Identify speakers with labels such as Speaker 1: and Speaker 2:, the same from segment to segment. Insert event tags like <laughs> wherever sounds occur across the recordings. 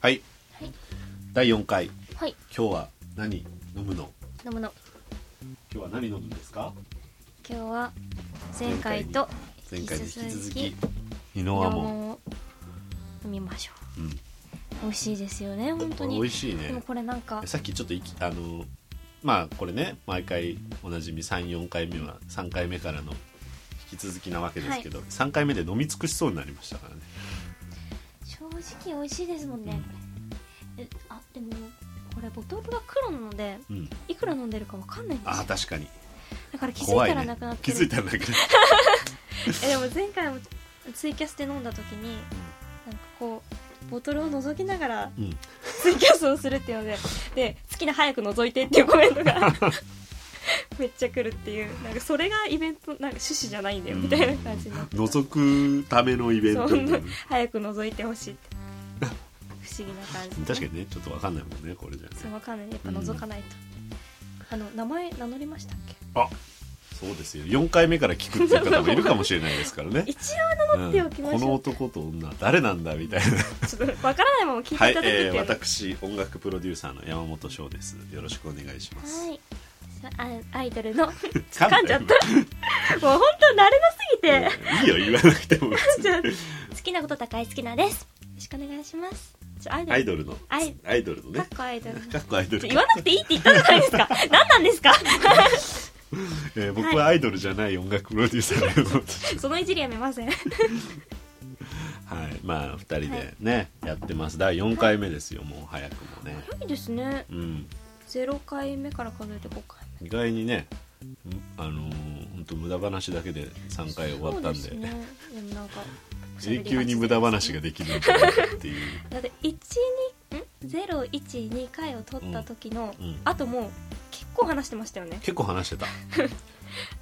Speaker 1: はい、
Speaker 2: はい
Speaker 1: 第4回
Speaker 2: はい
Speaker 1: 今日は何飲むの
Speaker 2: 飲むの
Speaker 1: 今日は何飲むんですか
Speaker 2: 今日は前回と
Speaker 1: 前
Speaker 2: 引
Speaker 1: 回に引き
Speaker 2: き続
Speaker 1: 続
Speaker 2: き
Speaker 1: きイノア
Speaker 2: レモ
Speaker 1: モン
Speaker 2: ンを飲みましょう、
Speaker 1: うん
Speaker 2: 美味しいですよね本当
Speaker 1: これ
Speaker 2: に
Speaker 1: 美味しい
Speaker 2: でも
Speaker 1: ね
Speaker 2: これなんか
Speaker 1: さっきちょっといきあのまあこれね毎回おなじみ34回目は3回目からの引き続きなわけですけど、3回目で飲み尽くしそうになりましたからね
Speaker 2: 正直美味しいですもんね、えあでもこれボトルが黒なので
Speaker 1: うん
Speaker 2: いくら飲んでるかわかんないんで
Speaker 1: あ
Speaker 2: す
Speaker 1: あ
Speaker 2: よ
Speaker 1: 確かに
Speaker 2: だから気づ
Speaker 1: 怖
Speaker 2: い
Speaker 1: い
Speaker 2: たら
Speaker 1: ね
Speaker 2: なくなって
Speaker 1: 気
Speaker 2: る、
Speaker 1: づいたらなくなってる
Speaker 2: えでも前回もツイキャスで飲んだ時になんかこうボトルを覗きながら
Speaker 1: うん
Speaker 2: ツイキャスをするっていうのでで好きな早く覗いてっていうコメントが <laughs> めっちゃ来るっていうなんかそれがイベントなんか趣旨じゃないんだよみたいな感じになって
Speaker 1: 覗くためのイベント
Speaker 2: そ
Speaker 1: み
Speaker 2: ん
Speaker 1: た
Speaker 2: ない
Speaker 1: な
Speaker 2: 早く覗いてほしいって不思議な感じ、
Speaker 1: 確かにねちょっとわかんないもんねこれじゃね
Speaker 2: そうわかんないやっぱ覗かないと、あの名前名乗りましたっけ、
Speaker 1: あそうですよ4回目から聞くっていう方もいるかもしれないですからね
Speaker 2: <laughs> 一応名乗っておきましょ
Speaker 1: うん
Speaker 2: う、
Speaker 1: この男と女は誰なんだみ
Speaker 2: <laughs>
Speaker 1: たいな
Speaker 2: ちょっとわからないまま聞いていただ
Speaker 1: はい、
Speaker 2: くってい
Speaker 1: え
Speaker 2: う
Speaker 1: ー、
Speaker 2: のは
Speaker 1: 私音楽プロデューサーの山本翔ですよろしくお願いします、
Speaker 2: いさあアイドルの <laughs> もう
Speaker 1: <laughs> 噛
Speaker 2: んじゃった本当慣れなすぎ
Speaker 1: た
Speaker 2: て
Speaker 1: うんいいよ言わなくて
Speaker 2: <laughs>
Speaker 1: も別
Speaker 2: じ
Speaker 1: に
Speaker 2: ゃあ好きなこと高い好きなですよろしくお願いしますちょアイドル
Speaker 1: アイドルの
Speaker 2: アイ
Speaker 1: アイドルの
Speaker 2: かっ
Speaker 1: ね
Speaker 2: こアイドルのち
Speaker 1: かっこアイド
Speaker 2: ょ
Speaker 1: ル
Speaker 2: 言わなくていいって言ったじゃないですか何なんですか
Speaker 1: えー僕はアイドルじゃない音楽プロデューサーの山本翔
Speaker 2: <laughs> そのいじりやめません
Speaker 1: はいまあ2人でね、やってます第4回目ですよもう早くもね
Speaker 2: いいですね
Speaker 1: うん
Speaker 2: 0回目から数えて5回
Speaker 1: 意外にねうんあのー、本当無駄話だけで3回終わったんで
Speaker 2: そうですねでもなんか
Speaker 1: 永久に無駄話ができるんじゃないか
Speaker 2: <laughs>
Speaker 1: っていう、
Speaker 2: だって1 2ん012回を取った時の、
Speaker 1: うんうん
Speaker 2: あともう結構話してましたよね
Speaker 1: 結構話してた、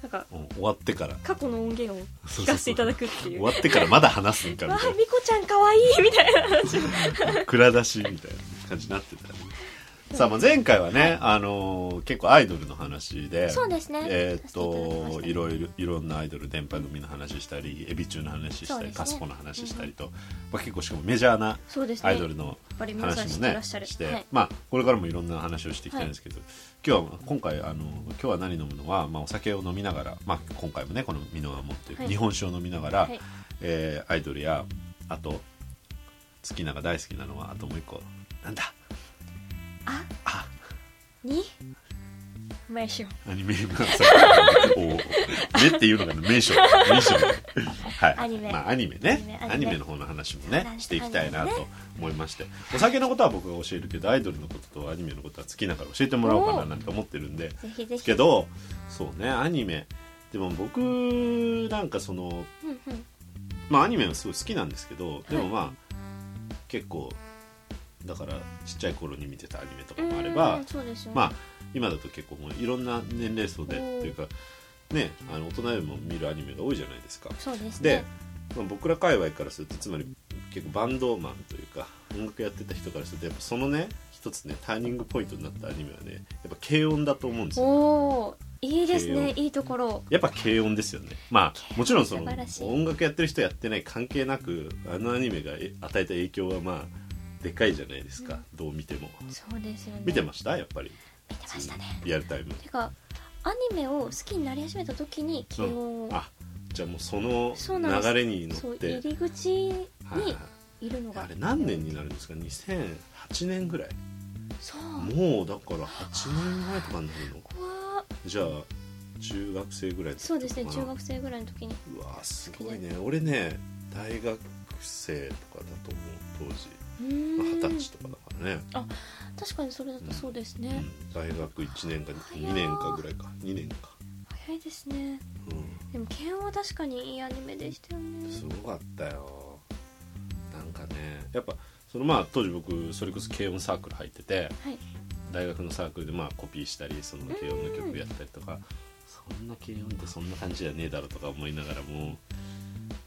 Speaker 2: なんか
Speaker 1: うん、終わってから
Speaker 2: 過去の音源を聞かせていただくってい
Speaker 1: 終
Speaker 2: う
Speaker 1: わってからまだ話すんかみ
Speaker 2: わ
Speaker 1: た
Speaker 2: あみこちゃんかわいいみたいな話を <laughs>
Speaker 1: いな蔵出しみたいな感じになってたよねさあまあ前回はね、あのー結構アイドルの話で
Speaker 2: そうですね
Speaker 1: えーっ
Speaker 2: させていただきまし
Speaker 1: と
Speaker 2: たね
Speaker 1: いろいろいろんなアイドル電波組の話したりエビ中の話し
Speaker 2: そう
Speaker 1: たり、
Speaker 2: ですね
Speaker 1: カスコの話したりと、まあ、結構しかもメジャーな
Speaker 2: そうですね
Speaker 1: アイドルの
Speaker 2: ぱり皆さん
Speaker 1: 話
Speaker 2: 知
Speaker 1: も
Speaker 2: ってら
Speaker 1: ね
Speaker 2: っしゃる
Speaker 1: して、
Speaker 2: はい
Speaker 1: まあこれからもいろんな話をしていきたいんですけど、今日は今回あの今日は何飲むのは、まあ、お酒を飲みながら、まあ、今回もねこのミノワモっていう
Speaker 2: はい
Speaker 1: 日本酒を飲みながら、
Speaker 2: はい
Speaker 1: えーアイドルやあと好きなが大好きなのはあともう一個なんだ
Speaker 2: あ
Speaker 1: あ
Speaker 2: に名称
Speaker 1: アニメーマおお目っていうのがね名所名所はい
Speaker 2: アニメ
Speaker 1: まあ、アニメね
Speaker 2: アニメ
Speaker 1: アニメの方の話もね
Speaker 2: 話
Speaker 1: していきたいなと思いまして、お酒のことは僕が教えるけどアイドルのこととアニメのことは好きだから教えてもらおうかななんて思ってるんで
Speaker 2: ぜひぜひ
Speaker 1: けどそうねアニメでも僕なんかその
Speaker 2: うんうん
Speaker 1: まあアニメはすごい好きなんですけどでもまあ、結構だからちっちゃい頃に見てたアニメとかもあれば
Speaker 2: うんそうですよね
Speaker 1: まあ今だと結構もういろんな年齢層で
Speaker 2: うん
Speaker 1: というかねあの大人でも見るアニメが多いじゃないですか
Speaker 2: そうです
Speaker 1: で
Speaker 2: ね、
Speaker 1: まあ、僕ら界隈からするとつまり結構バンドマンというか音楽やってた人からするとやっぱそのね一つねターニングポイントになったアニメはねやっぱ軽音だと思うんですよ
Speaker 2: おおいいですね
Speaker 1: 慶
Speaker 2: いいところ
Speaker 1: やっぱ軽音ですよねまあもちろんその
Speaker 2: 素晴らしい
Speaker 1: 音楽やってる人やってない関係なくあのアニメがえ与えた影響はまあでかいじゃないですか、どう見ても
Speaker 2: そうですよね
Speaker 1: 見てましたやっぱり
Speaker 2: 見てましたね
Speaker 1: リアルタイム
Speaker 2: てかアニメを好きになり始めた時に慶応を、
Speaker 1: あじゃあもうその
Speaker 2: そうなんです
Speaker 1: 流れに乗
Speaker 2: そう
Speaker 1: って
Speaker 2: 入り口に
Speaker 1: はいはいはい
Speaker 2: いるのが、
Speaker 1: あれ何年になるんですか2008年ぐらい
Speaker 2: そう
Speaker 1: もうだから8年前とかになるの
Speaker 2: 怖っ
Speaker 1: じゃあ中学生ぐらいの時
Speaker 2: そうですね
Speaker 1: とか
Speaker 2: 中
Speaker 1: な
Speaker 2: 学生ぐらいの時に
Speaker 1: うわーすごいね俺ね大学生とかだと
Speaker 2: う
Speaker 1: 思う当時まあ
Speaker 2: ーん
Speaker 1: 二十歳とかだからね、
Speaker 2: 確かにそれだとそうですね、
Speaker 1: うん大学1年か
Speaker 2: 早い
Speaker 1: 2年かぐらいか2年か
Speaker 2: 早いですね
Speaker 1: う
Speaker 2: でも慶応は確かにいいアニメでしたよね
Speaker 1: んすごかったよなんかねやっぱそのまあ当時僕それこそ軽音サークル入ってて
Speaker 2: はい
Speaker 1: 大学のサークルでまあコピーしたりその軽音の曲やったりとかそんな軽音ってそんな感じじゃねえだろうとか思いながらもね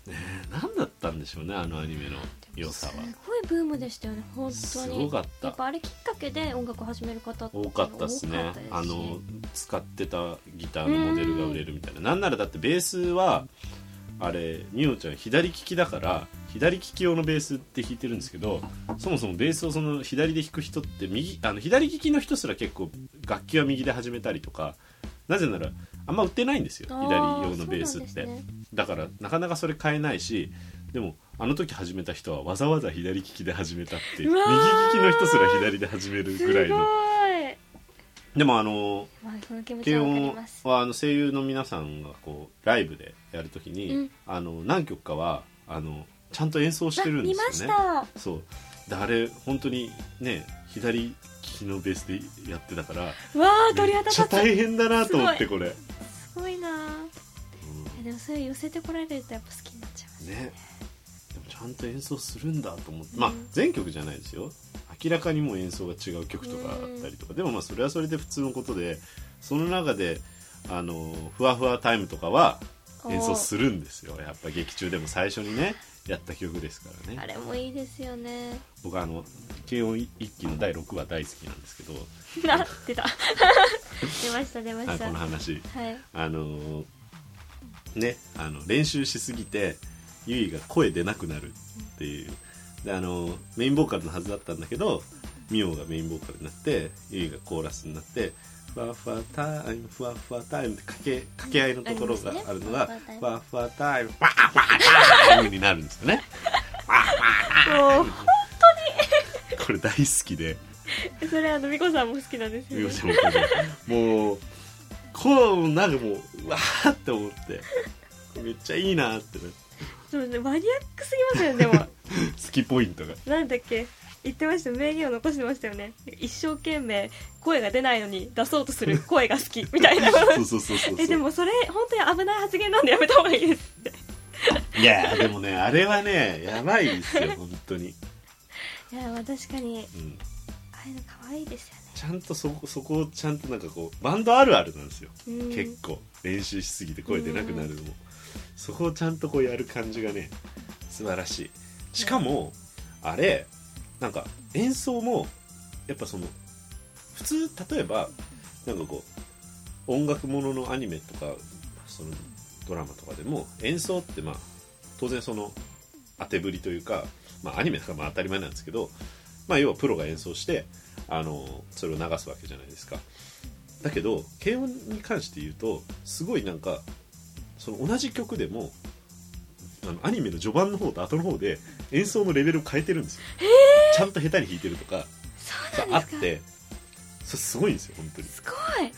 Speaker 1: え何だったんでしょうねあのアニメの良さは
Speaker 2: すごいブームでしたよね本当に
Speaker 1: すごかっ
Speaker 2: や
Speaker 1: た
Speaker 2: っぱあれきっかけで音楽を始める方って
Speaker 1: 多かったです
Speaker 2: 多か
Speaker 1: ね
Speaker 2: ったですし
Speaker 1: あの使ってたギターのモデルが売れるみたいななんならだってベースはあれみおちゃん左利きだから左利き用のベースって弾いてるんですけどそもそもベースをその左で弾く人って右あの左利きの人すら結構楽器は右で始めたりとかなぜならあんま売ってないんですよ左用のベースって、
Speaker 2: あーそうなんですね
Speaker 1: だからなかなかそれ買えないしでもあの時始めた人はわざわざ左利きで始めたっていう
Speaker 2: うわ
Speaker 1: 右
Speaker 2: ー
Speaker 1: 利きの人すら左で始める
Speaker 2: す
Speaker 1: ぐ
Speaker 2: ご
Speaker 1: ら
Speaker 2: い
Speaker 1: いのでもあの
Speaker 2: まあその気持ち
Speaker 1: 軽
Speaker 2: はわかり
Speaker 1: 音
Speaker 2: ます
Speaker 1: はあの声優の皆さんがこうライブでやるときに、
Speaker 2: うん
Speaker 1: あの何曲かはあのちゃんと演奏してるんで
Speaker 2: あ見ますし
Speaker 1: よね
Speaker 2: た
Speaker 1: そうであれ本当にね左利きのベースでやってたから
Speaker 2: わあ鳥肌
Speaker 1: めっ
Speaker 2: 立
Speaker 1: ちゃ
Speaker 2: つ
Speaker 1: 大変だなと思ってこれ、
Speaker 2: すごいなあいやでもそれ寄せてこられるとやっぱ好きになっちゃいます
Speaker 1: うん
Speaker 2: ね
Speaker 1: ねでもちゃんと演奏するんだと思って、まあ
Speaker 2: うん
Speaker 1: 全曲じゃないですよ明らかにもう演奏が違う曲とかあったりとか、でもまあそれはそれで普通のことでその中であのふわふわタイムとかは演奏するんですよやっぱ劇中でも最初にねやった曲ですから
Speaker 2: あ
Speaker 1: ね
Speaker 2: れもいいですよね <laughs>
Speaker 1: 僕あの軽音一期の第6話大好きなんですけど、
Speaker 2: な出た <laughs> 出ました出ま
Speaker 1: は
Speaker 2: し
Speaker 1: い、
Speaker 2: た
Speaker 1: この
Speaker 2: はい
Speaker 1: 話あのーねあの練習しすぎてゆいが声出なくなるっていうであのーメインボーカルのはずだったんだけどミオがメインボーカルになってゆいがコーラスになって「ふわふわタイムふわふわタイム」って掛け掛け合いのところがあるのが「ふわふわタイムふわふわタイム」になるんですよね。
Speaker 2: も
Speaker 1: これ大好きで
Speaker 2: うそれあの美子さんも好きなんです
Speaker 1: 美
Speaker 2: よ
Speaker 1: 穂
Speaker 2: ね
Speaker 1: ちゃんもこれもうこうなんかもううわーって思ってめっちゃいいなーってね
Speaker 2: そうねマニアックすぎますよねで
Speaker 1: <laughs>
Speaker 2: も
Speaker 1: 好きポイントが
Speaker 2: なんだっけ言ってました名言を残してましたよね一生懸命声が出ないのに出そうとする
Speaker 1: <laughs>
Speaker 2: 声が好きみたいな
Speaker 1: そうそうそうそうそう
Speaker 2: えでもそれ本当に危ない発言なんでやめた方がいいですって
Speaker 1: いやーでもねあれはねやばいですよ本当に、
Speaker 2: いやまあ確かに
Speaker 1: うん、
Speaker 2: ああいうの可愛いですよね
Speaker 1: ちゃんとそこそこをちゃんとなんかこうバンドあるあるなんですよ、
Speaker 2: うん
Speaker 1: 結構練習しすぎて声出なくなるのも、そこをちゃんとこうやる感じがね素晴らしいしかも、あれなんか演奏もやっぱその普通例えばなんかこう音楽もののアニメとかそのドラマとかでも演奏ってまあ当然その当てぶりというか、まあ、アニメとかまあ当たり前なんですけど、まあ、要はプロが演奏してあのそれを流すわけじゃないですかだけど軽音に関して言うとすごいなんかその同じ曲でもあのアニメの序盤の方と後の方で演奏のレベルを変えてるんですよ、ちゃんと下手に弾いてるとか
Speaker 2: そうな
Speaker 1: あ
Speaker 2: んで
Speaker 1: っ
Speaker 2: すか
Speaker 1: てそれすごいんですよ本当に
Speaker 2: すごい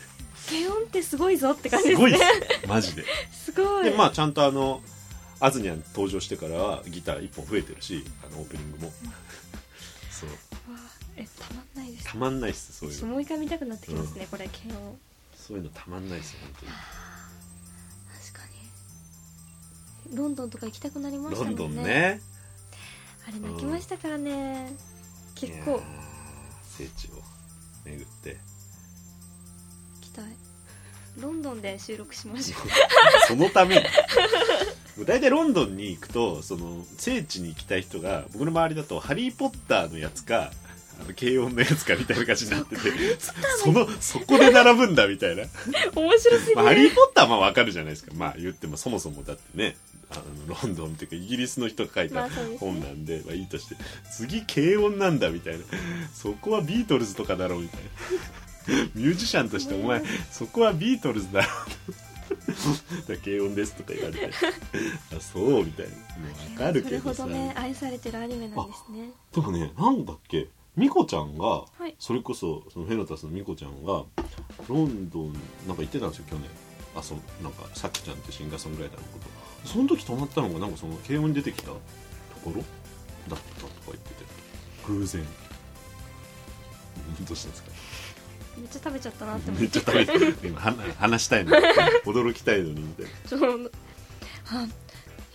Speaker 2: 軽音ってすごいぞって感じ
Speaker 1: す
Speaker 2: です
Speaker 1: ごい
Speaker 2: ね
Speaker 1: ですよマジです
Speaker 2: ごい
Speaker 1: でまあちゃんとあのアズニャン登場してからはギター1本増えてるしあのオープニングもそう
Speaker 2: わあえたまんないです
Speaker 1: たまんないっすそういう
Speaker 2: 私
Speaker 1: の
Speaker 2: もう一回見たくなってきますね、これ軽音
Speaker 1: そういうのたまんないっす本当に
Speaker 2: 確かにロンドンとか行きたくなりましたもん
Speaker 1: ロ
Speaker 2: ね
Speaker 1: ンドンね
Speaker 2: あれ泣きましたからね、結
Speaker 1: いや
Speaker 2: 構
Speaker 1: ー聖地を巡って
Speaker 2: 行きたいロンドンで収録しましょう
Speaker 1: <laughs> そのためにもう大体ロンドンに行くとその聖地に行きたい人が僕の周りだと「ハリー・ポッター」のやつかあの軽音のやつかみたいな感じになっててそのそこで並ぶんだみたいな
Speaker 2: 面白すぎる、
Speaker 1: まあ、ハリー・ポッターはまあわかるじゃないですかまあ言ってもそもそもだってねあのロンドンっていうかイギリスの人が書い
Speaker 2: ま
Speaker 1: た
Speaker 2: あそうですね
Speaker 1: 本なんで、まあいいとして次軽音なんだみたいなそこはビートルズとかだろうみたいな <laughs> ミュージシャンとしてお前そこはビートルズだろだ <laughs> 軽音ですとか言われてあそうみたいなもうわかるけどさ
Speaker 2: それほどね愛されてるアニメなんですね
Speaker 1: てかねなんだっけミコちゃんが、
Speaker 2: はい
Speaker 1: それこそそのフェノタスのミコちゃんがロンドンなんか行ってたんですよ去年あそうなんかさきちゃんってシンガーソングライターのことその時泊まったのがなんかその慶応に出てきたところだったとか言ってて偶然どうしたんですか
Speaker 2: めっちゃ食べちゃったなって思っ
Speaker 1: めってちゃ食べてる今話話したいのに驚きたいのにみたいな
Speaker 2: そうあ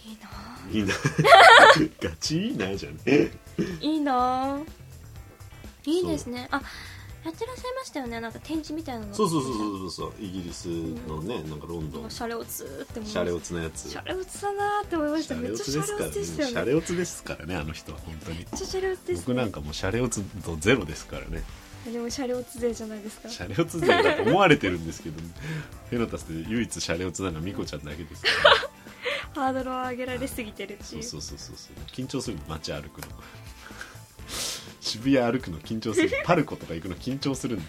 Speaker 2: いいなあ
Speaker 1: いいな <laughs> ガチいいなじゃねえ
Speaker 2: いいなあいいですねあやってらっしゃいましたよねなんか展示みたいなの
Speaker 1: そうそうそうそうそうイギリスのねなんかロンド
Speaker 2: なんか
Speaker 1: ン
Speaker 2: シャレオツーって思いまし
Speaker 1: シ
Speaker 2: た
Speaker 1: ャレオツなやつ
Speaker 2: シャレオツだなーって思いまし
Speaker 1: シ
Speaker 2: た
Speaker 1: ャ
Speaker 2: め
Speaker 1: レ
Speaker 2: っ
Speaker 1: オ
Speaker 2: ちゃシ
Speaker 1: ツで
Speaker 2: ャ
Speaker 1: す
Speaker 2: レ
Speaker 1: か
Speaker 2: オ
Speaker 1: らね
Speaker 2: ツでしたよ
Speaker 1: シャ
Speaker 2: ね
Speaker 1: レオツですからねあの人は本当に
Speaker 2: めっちゃシャレオツです、ね、
Speaker 1: 僕なんかもうシャレオツとゼロですからね
Speaker 2: でもシャレオツ勢じゃないですか
Speaker 1: シャレオツ勢 <laughs> だと思われてるんですけどフェノタスで唯一シャレオツなのはミコちゃんだけですから
Speaker 2: ハードルを上げられすぎてるって
Speaker 1: そ
Speaker 2: いうう
Speaker 1: そうそうそうそう緊張する街歩くの渋谷歩くの緊張するパルコとか行くの緊張するんだ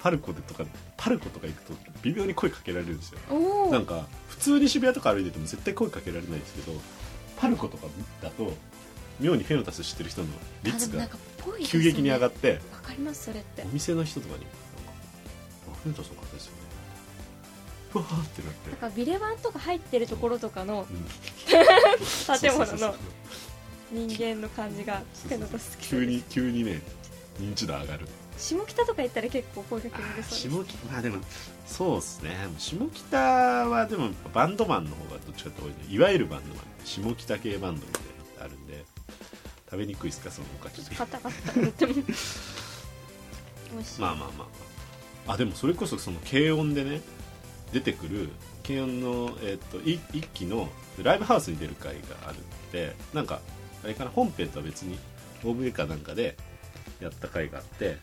Speaker 1: パルコでとかパルコとか行くと微妙に声かけられるんですよ
Speaker 2: おお
Speaker 1: なんか普通に渋谷とか歩いてても絶対声かけられないんですけどパルコとかだと妙にフェノタス知ってる人の率が急激に上が
Speaker 2: っ
Speaker 1: って、
Speaker 2: てわかりますそれって
Speaker 1: お店の人とかに「なんかあフェノタスの方ですよね」うわーってなって
Speaker 2: なんかビレバンとか入ってるところとかの
Speaker 1: うん
Speaker 2: <laughs> 建物
Speaker 1: そうそう
Speaker 2: の
Speaker 1: そう
Speaker 2: 人間の感じが
Speaker 1: そう
Speaker 2: ペ
Speaker 1: そう
Speaker 2: ノ
Speaker 1: そ
Speaker 2: と
Speaker 1: う
Speaker 2: 好きそう
Speaker 1: 急
Speaker 2: です
Speaker 1: に急にね認知度上がる
Speaker 2: 下北とか行ったら結構声かけられそう
Speaker 1: 下北まあでもそうですね下北はでもやっぱバンドマンの方がどっちかって多いねいわゆるバンドマン下北系バンドみたいなのがあるんで食べにくいですかそのおか
Speaker 2: で
Speaker 1: き
Speaker 2: すちょっと硬かったと思っても美味しい、
Speaker 1: まあまあまああでもそれこそその軽音でね出てくる軽音の、えっとい一期のライブハウスに出る回があるってなんかあれかな本編とは別に OVA かなんかでやった回があって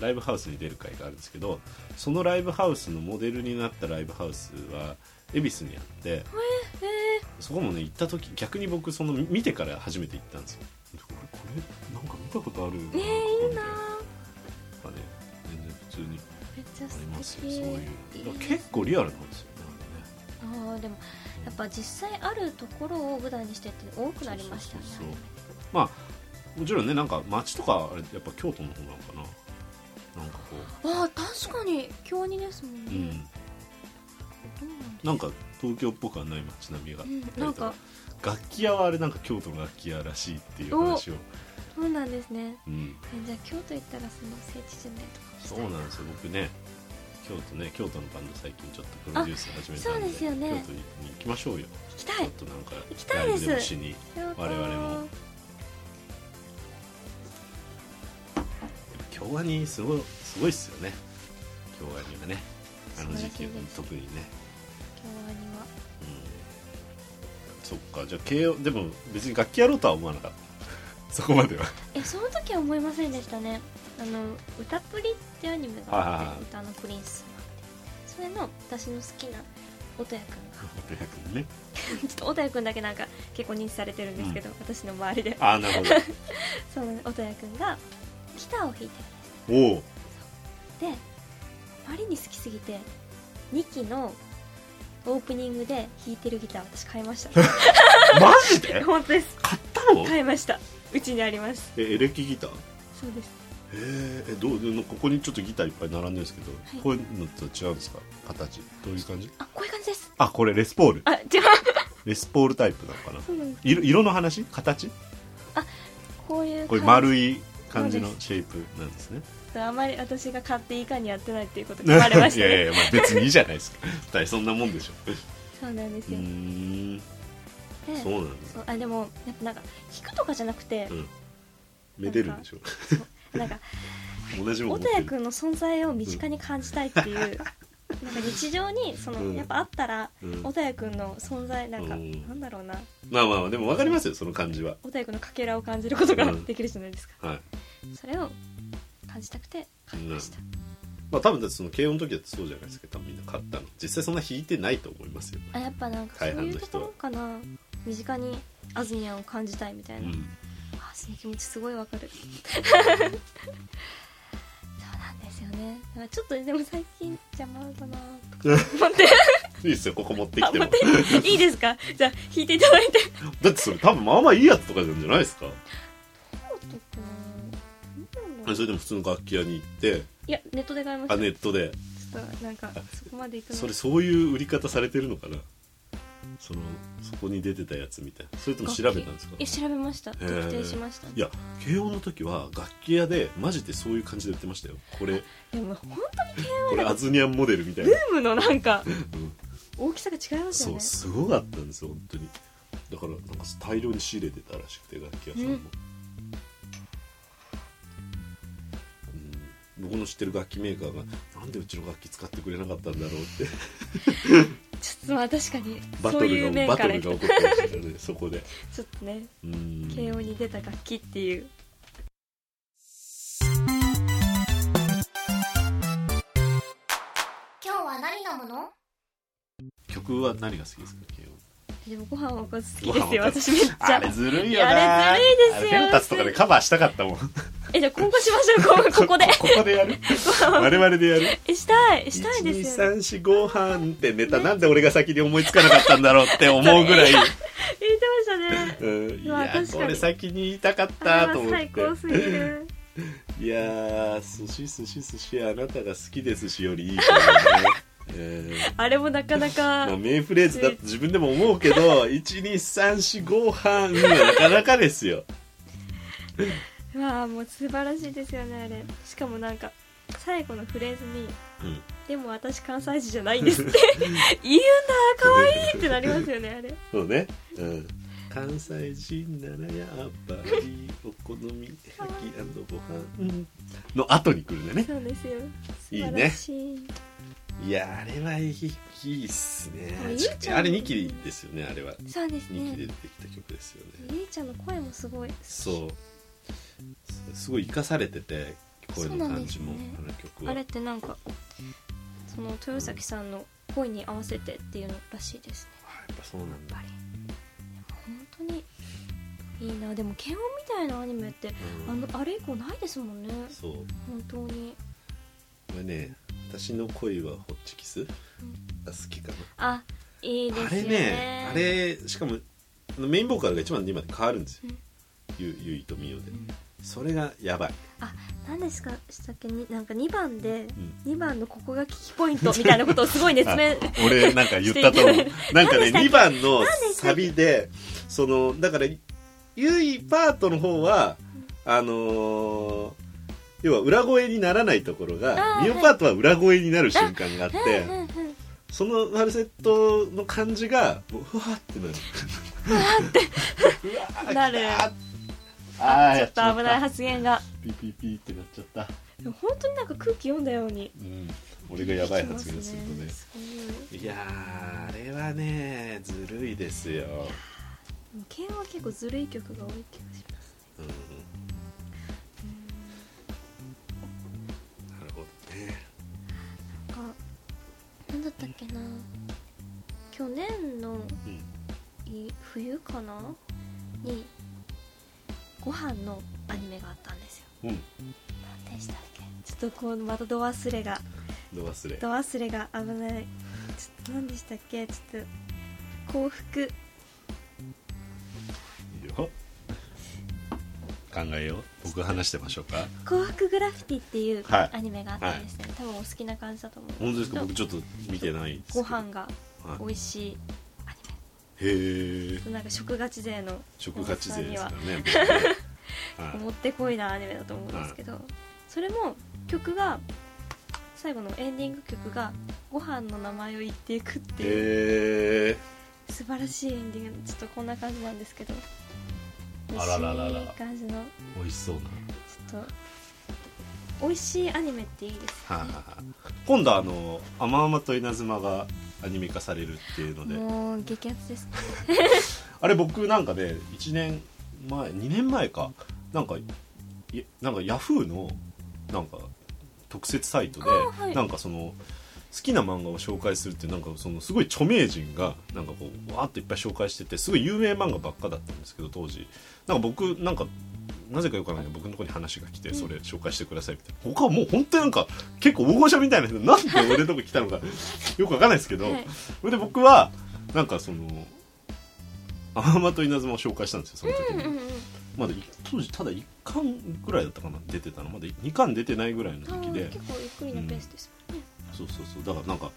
Speaker 1: ライブハウスに出る回があるんですけどそのライブハウスのモデルになったライブハウスは恵比寿にあって
Speaker 2: え
Speaker 1: そこもね行った時逆に僕その見てから初めて行ったんですよこれこれなんか見たことあるよ
Speaker 2: ー、ねえいいなー
Speaker 1: なんかね全然普通に
Speaker 2: めっちゃ
Speaker 1: あります
Speaker 2: 素
Speaker 1: よ
Speaker 2: 敵
Speaker 1: そういうだから
Speaker 2: いい
Speaker 1: 結構リアルなんですよね
Speaker 2: ああでもやっぱ実際あるところを舞台にしてって多くなりましたね
Speaker 1: そうそうそうまあもちろんねなんか街とかあれやっぱ京都の方なのかななんかこ
Speaker 2: あー確かに京にですもん
Speaker 1: う、
Speaker 2: ね、
Speaker 1: うん、
Speaker 2: どうなんだ
Speaker 1: なんか東京っぽくはない街並みがあっ
Speaker 2: う
Speaker 1: たり
Speaker 2: ん
Speaker 1: と、
Speaker 2: なんか
Speaker 1: 楽器屋はあれなんか京都の楽器屋らしいっていう話を、
Speaker 2: そうなんですね
Speaker 1: うん、
Speaker 2: えじゃあ京都行ったらその聖地巡礼とかした
Speaker 1: そ
Speaker 2: いう
Speaker 1: なんですよ僕ね京都ね京都のバンド最近ちょっとプロデュース始めたんで
Speaker 2: そうですよね
Speaker 1: 京都に行きましょうよ
Speaker 2: 行きた
Speaker 1: ちょ
Speaker 2: い
Speaker 1: っとなんか
Speaker 2: 行きたいです
Speaker 1: ライブもしに
Speaker 2: 京都
Speaker 1: 我々も京アニすごいすごいっすよね京アニがねあの時期は特にね、
Speaker 2: 京アニは
Speaker 1: うん、そっかじゃあ慶応でも別に楽器やろうとは思わなかった <laughs> そこまでは
Speaker 2: えその時は思いませんでしたねあの「歌プリ」ってアニメがあって「歌のプリンス」があってそれの私の好きな音谷君が
Speaker 1: 本役にね
Speaker 2: ちょっと音谷君だけなんか結構認知されてるんですけど、私の周りで
Speaker 1: ああなる
Speaker 2: そうなんです音谷君がギターを弾いてるんです
Speaker 1: ほ <laughs> どおお
Speaker 2: であまりに好きすぎて2期のオープニングで弾いてるギター私買いました
Speaker 1: マジ
Speaker 2: <laughs>
Speaker 1: で
Speaker 2: 本当です
Speaker 1: 買ったの、
Speaker 2: 買いましたうちにあります
Speaker 1: えエレキギター
Speaker 2: そうです
Speaker 1: へーえどうでここにちょっとギターいっぱい並んでるんですけど、
Speaker 2: はい
Speaker 1: こういうのと違うんですか形どういう感じ
Speaker 2: あこういう感じです
Speaker 1: あこれレスポール
Speaker 2: あ違う
Speaker 1: レスポールタイプなのかな
Speaker 2: そうなんです
Speaker 1: 色色の話形
Speaker 2: こういう
Speaker 1: こうい
Speaker 2: 感
Speaker 1: う
Speaker 2: じ
Speaker 1: 丸い感じの
Speaker 2: そう
Speaker 1: シェイプなんですね
Speaker 2: あまり私が買っていいかにやってないっていうことがバレました
Speaker 1: <laughs> いやい
Speaker 2: ね
Speaker 1: や、まあ、別にいいじゃないですか <laughs> 二人そんなもんでしょ
Speaker 2: そうなんです
Speaker 1: うー
Speaker 2: よ、
Speaker 1: ん
Speaker 2: で
Speaker 1: そうなんだ
Speaker 2: そうあでもやっぱなんか弾くとかじゃなくて
Speaker 1: う、んめでるんでしょ
Speaker 2: なん
Speaker 1: <laughs>
Speaker 2: か
Speaker 1: 同じもん
Speaker 2: 音
Speaker 1: 持って
Speaker 2: 谷
Speaker 1: る
Speaker 2: 君の存在を身近に感じたいっていう、なんか日常にその、
Speaker 1: うん
Speaker 2: やっぱあったら
Speaker 1: うん
Speaker 2: 音谷君の存在なんか、
Speaker 1: うん
Speaker 2: なんだろうな
Speaker 1: まあまあまあでも分かりますよその感じは
Speaker 2: 音谷君のかけらを感じることが
Speaker 1: うん
Speaker 2: できるじゃないですか、
Speaker 1: はい
Speaker 2: それを感じたくて買いました、
Speaker 1: まあ多分だってその慶応の時だってそうじゃないですか多分みんな買ったの実際そんな引いてないと思いますよ、
Speaker 2: あやっぱなんかそう
Speaker 1: 大半
Speaker 2: い
Speaker 1: の
Speaker 2: う
Speaker 1: 人
Speaker 2: ところかな身近にアズニアンを感じたいみたいな、あその気持ちすごいわかるそうなんですよねだからちょっとでも最近邪魔だなとか思って
Speaker 1: いい <laughs> ですよここ持って
Speaker 2: あ
Speaker 1: きて
Speaker 2: 待
Speaker 1: も
Speaker 2: っていいですかじゃあ弾いていただいて
Speaker 1: だってそれ多分まあまあいいやつとかなんじゃないですかそれでも普通の楽器屋に行って
Speaker 2: いやネットで買いまし
Speaker 1: あ
Speaker 2: た
Speaker 1: ネットで
Speaker 2: ちょっとなんかそこまでいくの
Speaker 1: それそういう売り方されてるのかなそのそこに出てたやつみたいなそれとも調べたんですか
Speaker 2: いや調べました
Speaker 1: ー
Speaker 2: 特定しました
Speaker 1: いや慶応の時は楽器屋でマジでそういう感じで売ってましたよこれ
Speaker 2: でも本
Speaker 1: これアズニアンモデルみたい
Speaker 2: ブ
Speaker 1: な、
Speaker 2: ームのなんか
Speaker 1: うん
Speaker 2: 大きさが違いますよ
Speaker 1: そ
Speaker 2: ね
Speaker 1: うすごかったんですよ本当にだからなんか大量に仕入れてたらしくて楽器屋さんも、
Speaker 2: う
Speaker 1: うんん僕の知ってる楽器メーカーがなんでうちの楽器使ってくれなかったんだろうって
Speaker 2: ちょっとまあ確かに
Speaker 1: バト
Speaker 2: そういう
Speaker 1: ルが
Speaker 2: 面
Speaker 1: バ
Speaker 2: か
Speaker 1: ト
Speaker 2: ら
Speaker 1: ル
Speaker 2: い
Speaker 1: が
Speaker 2: く
Speaker 1: 起
Speaker 2: と
Speaker 1: こってましたよねそこで
Speaker 2: ちょっとね
Speaker 1: うん
Speaker 2: 慶応に出た楽器っていう
Speaker 3: 今日は何飲むの
Speaker 1: 曲は何が好きですか慶応
Speaker 2: でもご飯はおかず好きですよ
Speaker 1: ご飯おかず
Speaker 2: 私めっち
Speaker 1: あ
Speaker 2: ゃ
Speaker 1: れずるいよな
Speaker 2: あれずるいですよ
Speaker 1: あれフェンタスとかでカバーしたかったもん
Speaker 2: えじゃあ今後しましょうこここで
Speaker 1: <laughs> ここでやる我々でやる
Speaker 2: え <laughs> したいしたいですよね
Speaker 1: 1235飯ってネタなんで俺が先に思いつかなかったんだろうって思う
Speaker 2: <laughs>
Speaker 1: ぐらい、
Speaker 2: 言ってましたね
Speaker 1: うん、いう
Speaker 2: わ
Speaker 1: や
Speaker 2: 確かに
Speaker 1: これ先に言いたかっ
Speaker 2: あ
Speaker 1: た
Speaker 2: ー
Speaker 1: と思って
Speaker 2: 最高すぎる
Speaker 1: いやー寿司寿司寿司あなたが好きですしよりいいからね、え
Speaker 2: <laughs>
Speaker 1: ー
Speaker 2: あれもなかなか
Speaker 1: まあ、名フレーズだと自分でも思うけど12345飯はなかなかですよ
Speaker 2: うわあもう素晴らしいですよねあれしかもなんか最後のフレーズに
Speaker 1: うん
Speaker 2: 「でも私関西人じゃないんです」って言うんだ可愛いってなりますよねあれ
Speaker 1: そうね、うん、関西人ならやっぱりお好み焼きご飯の後に来るんだね
Speaker 2: そうですよ素
Speaker 1: いい
Speaker 2: 晴
Speaker 1: ね
Speaker 2: らしい
Speaker 1: いやあれはいいいいっすね
Speaker 2: あゆうちゃん
Speaker 1: あれ2期ですよねあれは
Speaker 2: そうです
Speaker 1: 2期で出
Speaker 2: ね
Speaker 1: てきた曲ですよね
Speaker 2: ゆいちゃんの声もすごい
Speaker 1: そうすごい生かされてて声の感じも、
Speaker 2: そう
Speaker 1: あ
Speaker 2: な
Speaker 1: の曲
Speaker 2: あ
Speaker 1: は
Speaker 2: れってなんかその豊崎さんの声に合わせてっていうのらしいですね
Speaker 1: あやっぱそうなん
Speaker 2: やっ
Speaker 1: だ
Speaker 2: ぱりでも本当にいいなでも軽音みたいなアニメって
Speaker 1: うん
Speaker 2: あのあれ以降ないですもんね
Speaker 1: そうこ
Speaker 2: 本当に
Speaker 1: れね私の恋はホッチキスが好きかな
Speaker 2: あいいで
Speaker 1: あ
Speaker 2: す
Speaker 1: れ
Speaker 2: よ
Speaker 1: ね
Speaker 2: ね
Speaker 1: あれしかもあのメインボーカルが1番2番で変わるんですよ、
Speaker 2: うん
Speaker 1: ゆゆいとみよで
Speaker 2: うん
Speaker 1: それがやばい
Speaker 2: 何ですかしたっけになんか2番で、
Speaker 1: ん
Speaker 2: 二2番のここが危機ポイントみたいなことをすごい熱弁
Speaker 1: <laughs> あ俺なんか言ったと思う
Speaker 2: してい
Speaker 1: なんかね
Speaker 2: 何で
Speaker 1: 2番の
Speaker 2: でした
Speaker 1: サ
Speaker 2: っけ
Speaker 1: ビでそのだからゆいパートの方はあのー要は裏声にならないところが
Speaker 2: あー
Speaker 1: ミオパートは裏声になる瞬間があっ
Speaker 2: うん
Speaker 1: て
Speaker 2: うんうん
Speaker 1: そのファルセットの感じがもうふわーってなるうわーって
Speaker 2: なる
Speaker 1: あー
Speaker 2: ちょ
Speaker 1: や
Speaker 2: っ
Speaker 1: ちま
Speaker 2: と危ない発言が
Speaker 1: ピピピってなっちゃった、
Speaker 2: でも本当になんか空気読んだように
Speaker 1: うん、俺がやばい発言するとね
Speaker 2: すごい
Speaker 1: いやーあれはねずるいですよ、
Speaker 2: 軽音は結構ずるい曲が多い気がします
Speaker 1: うん、なるほどね
Speaker 2: なんかなんだったっけな去年の
Speaker 1: うん
Speaker 2: い冬かなにご飯のアニメがあったんですよ
Speaker 1: うん
Speaker 2: 何でしたっけちょっとこうまたど忘れが
Speaker 1: ど忘れ
Speaker 2: ど忘れが危ないちょっと何でしたっけちょっと幸福
Speaker 1: いいよ考えよう僕話してましょうか
Speaker 2: 幸福グラフィティっていう
Speaker 1: はい
Speaker 2: アニメがあったんですね、多分お好きな感じだと思う
Speaker 1: 本
Speaker 2: んで
Speaker 1: 当ですす
Speaker 2: け
Speaker 1: か
Speaker 2: ど
Speaker 1: 僕ちょっと見てないですけ
Speaker 2: ご
Speaker 1: ど
Speaker 2: 飯が
Speaker 1: はい
Speaker 2: 美味しいアニメ
Speaker 1: へえ
Speaker 2: なんか食ガチ勢の
Speaker 1: 食ガチ勢ですから
Speaker 2: お
Speaker 1: ね
Speaker 2: っ <laughs>
Speaker 1: 僕ね
Speaker 2: さんには
Speaker 1: は
Speaker 2: もってこいなアニメだと思うんですけど、それも曲が最後のエンディング曲がご飯の名前を言っていくっ
Speaker 1: い
Speaker 2: ていう
Speaker 1: へえ
Speaker 2: 素晴らしいエンディングちょっとこんな感じなんですけど美
Speaker 1: あらららら
Speaker 2: 味しい感じの
Speaker 1: 美味しそうな
Speaker 2: ちょっと美味しいアニメっていいです
Speaker 1: はいはいはい今度あの「あまあまと稲妻」がアニメ化されるっていうので、
Speaker 2: もう激アツです
Speaker 1: あれ僕なんかね1年前2年前かなんかいなんかヤフーのなんか特設サイトで、
Speaker 2: あはい
Speaker 1: なんかその好きな漫画を紹介するっていうなんかそのすごい著名人がなんかこうわーっといっぱい紹介しててすごい有名漫画ばっかだったんですけど当時なんか僕なんかなぜかよくわかんないけど僕のとこに話が来て
Speaker 2: ん
Speaker 1: それ紹介してくださいみたいな、他はもう本当になんか結構大御所みたいな人なんで俺のとこ来たのかよくわかんないですけど、
Speaker 2: はい
Speaker 1: それで僕はなんかその「アママと稲妻」を紹介したんですよその時
Speaker 2: うん
Speaker 1: に、
Speaker 2: うんうん
Speaker 1: まだい当時ただ1巻ぐらいだったかな出てたのまだ2巻出てないぐらいの
Speaker 2: あ
Speaker 1: 時期で
Speaker 2: ー結構ゆっくりなペースですもんね、
Speaker 1: そうそうそうだからなんか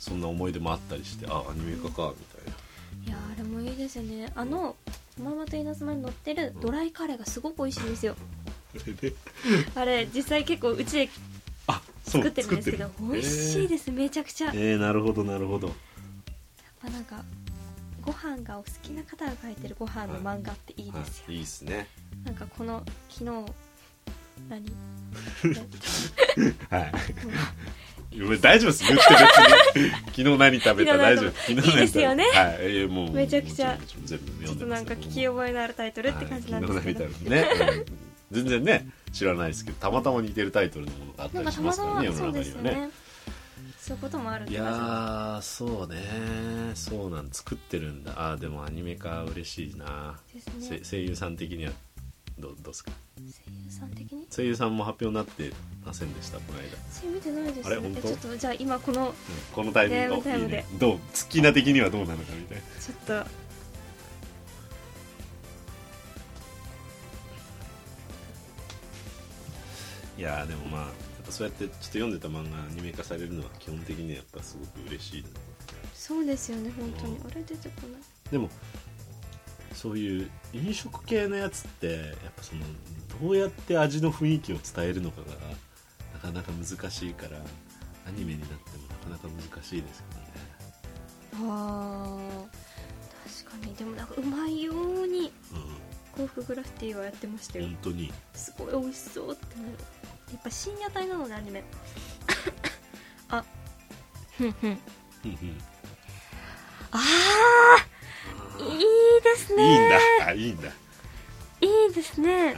Speaker 1: そんな思い出もあったりしてあアニメ化かみたいない
Speaker 2: やーあれもいいですよねあの「ママと稲妻」に乗ってるドライカレーがすごく美味しいんですよ
Speaker 1: それで
Speaker 2: あれ実際結構うちで
Speaker 1: あそう
Speaker 2: 作ってるんですけど
Speaker 1: 作ってる
Speaker 2: 美味しいですめちゃくちゃやっ
Speaker 1: えーえーなるほどなるほど
Speaker 2: ぱなんかご飯がお好きな方が書いてるご飯の漫画っていいですよ
Speaker 1: はいいいっすね
Speaker 2: なんかこの昨日何
Speaker 1: はいごめん大丈夫です言って別に昨日何食べた大丈夫昨日
Speaker 2: 昨日何食べ
Speaker 1: 何食
Speaker 2: い
Speaker 1: べた
Speaker 2: いですよね
Speaker 1: はいえーもう
Speaker 2: めちゃくちゃ
Speaker 1: もちろん全部
Speaker 2: ちょ
Speaker 1: 読ん
Speaker 2: っ
Speaker 1: で
Speaker 2: と
Speaker 1: ま
Speaker 2: な
Speaker 1: す
Speaker 2: んか聞
Speaker 1: 僕も
Speaker 2: き覚えのあるタイトルって感じなんですけど
Speaker 1: はい昨日何食べたのね、うん全然ね知らないですけどたまたま似てるタイトルのものがあっ
Speaker 2: なん
Speaker 1: たり
Speaker 2: か
Speaker 1: したま
Speaker 2: ますた
Speaker 1: からね
Speaker 2: ま
Speaker 1: 世
Speaker 2: そう
Speaker 1: の
Speaker 2: で
Speaker 1: 中に
Speaker 2: す
Speaker 1: は
Speaker 2: よ
Speaker 1: ね
Speaker 2: ねそういうこともあるん
Speaker 1: い
Speaker 2: だな
Speaker 1: やーそうねそうなん作ってるんだあーでもアニメ化嬉しいな、
Speaker 2: です
Speaker 1: せ
Speaker 2: ね
Speaker 1: 声優さん的にはどどうですか
Speaker 2: 声優さん的に
Speaker 1: 声優さんも発表になってませんでしたこの間、
Speaker 2: それ見てないです
Speaker 1: あれ本
Speaker 2: え
Speaker 1: 当
Speaker 2: ちょっとじゃあ今この
Speaker 1: このタイミング
Speaker 2: だいぶタイ
Speaker 1: い
Speaker 2: ム
Speaker 1: い
Speaker 2: で
Speaker 1: ねどうツッキーナ的にはどうなのかみたいな
Speaker 2: ちょっと
Speaker 1: いやーでもまあやっぱそうやってちょっと読んでた漫画がアニメ化されるのは基本的にはやっぱすごく嬉しいな
Speaker 2: そうですよね本当に
Speaker 1: うん
Speaker 2: あれ出てこない
Speaker 1: でもそういう飲食系のやつってやっぱそのどうやって味の雰囲気を伝えるのかがなかなか難しいからアニメになってもなかなか難しいですけどね
Speaker 2: あー確かにでもなんかうまいように
Speaker 1: う
Speaker 2: 幸福グラフィティはやってました
Speaker 1: ん
Speaker 2: よ
Speaker 1: 本当に
Speaker 2: すごい美味しそうってなるやっぱ深夜帯なのでアニメあふんふん
Speaker 1: うんうん
Speaker 2: <laughs> あーいいです
Speaker 1: いいん
Speaker 2: ね
Speaker 1: だあいいんだ、
Speaker 2: いいですね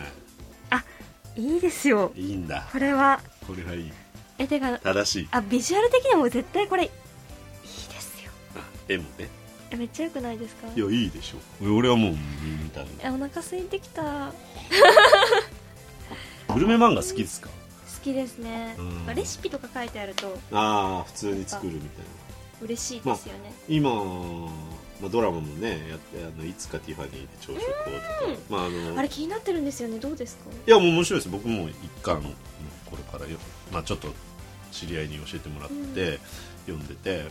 Speaker 2: いいですよ
Speaker 1: うんいいんだ
Speaker 2: これは
Speaker 1: これはいい
Speaker 2: えてか
Speaker 1: 正しい
Speaker 2: あビジュアル的にも絶対これいいですよ
Speaker 1: あ絵もね
Speaker 2: えめっちゃ良くないですか
Speaker 1: いやいいでしょ俺はもう見たの
Speaker 2: えお腹空いてきた好
Speaker 1: グルメ漫画好きですか
Speaker 2: きですね
Speaker 1: うん、
Speaker 2: まあレシピとか書いてあると
Speaker 1: ああ普通に作るみたいな
Speaker 2: 嬉しいですよね、
Speaker 1: 今、まあ、ドラマもねやってあのいつかティファニーで朝食をとか、まああの
Speaker 2: あれ気になってるんですよねどうですか
Speaker 1: いやもう面白いです僕も一巻もうこれからよ、まあ、ちょっと知り合いに教えてもらって読んでて、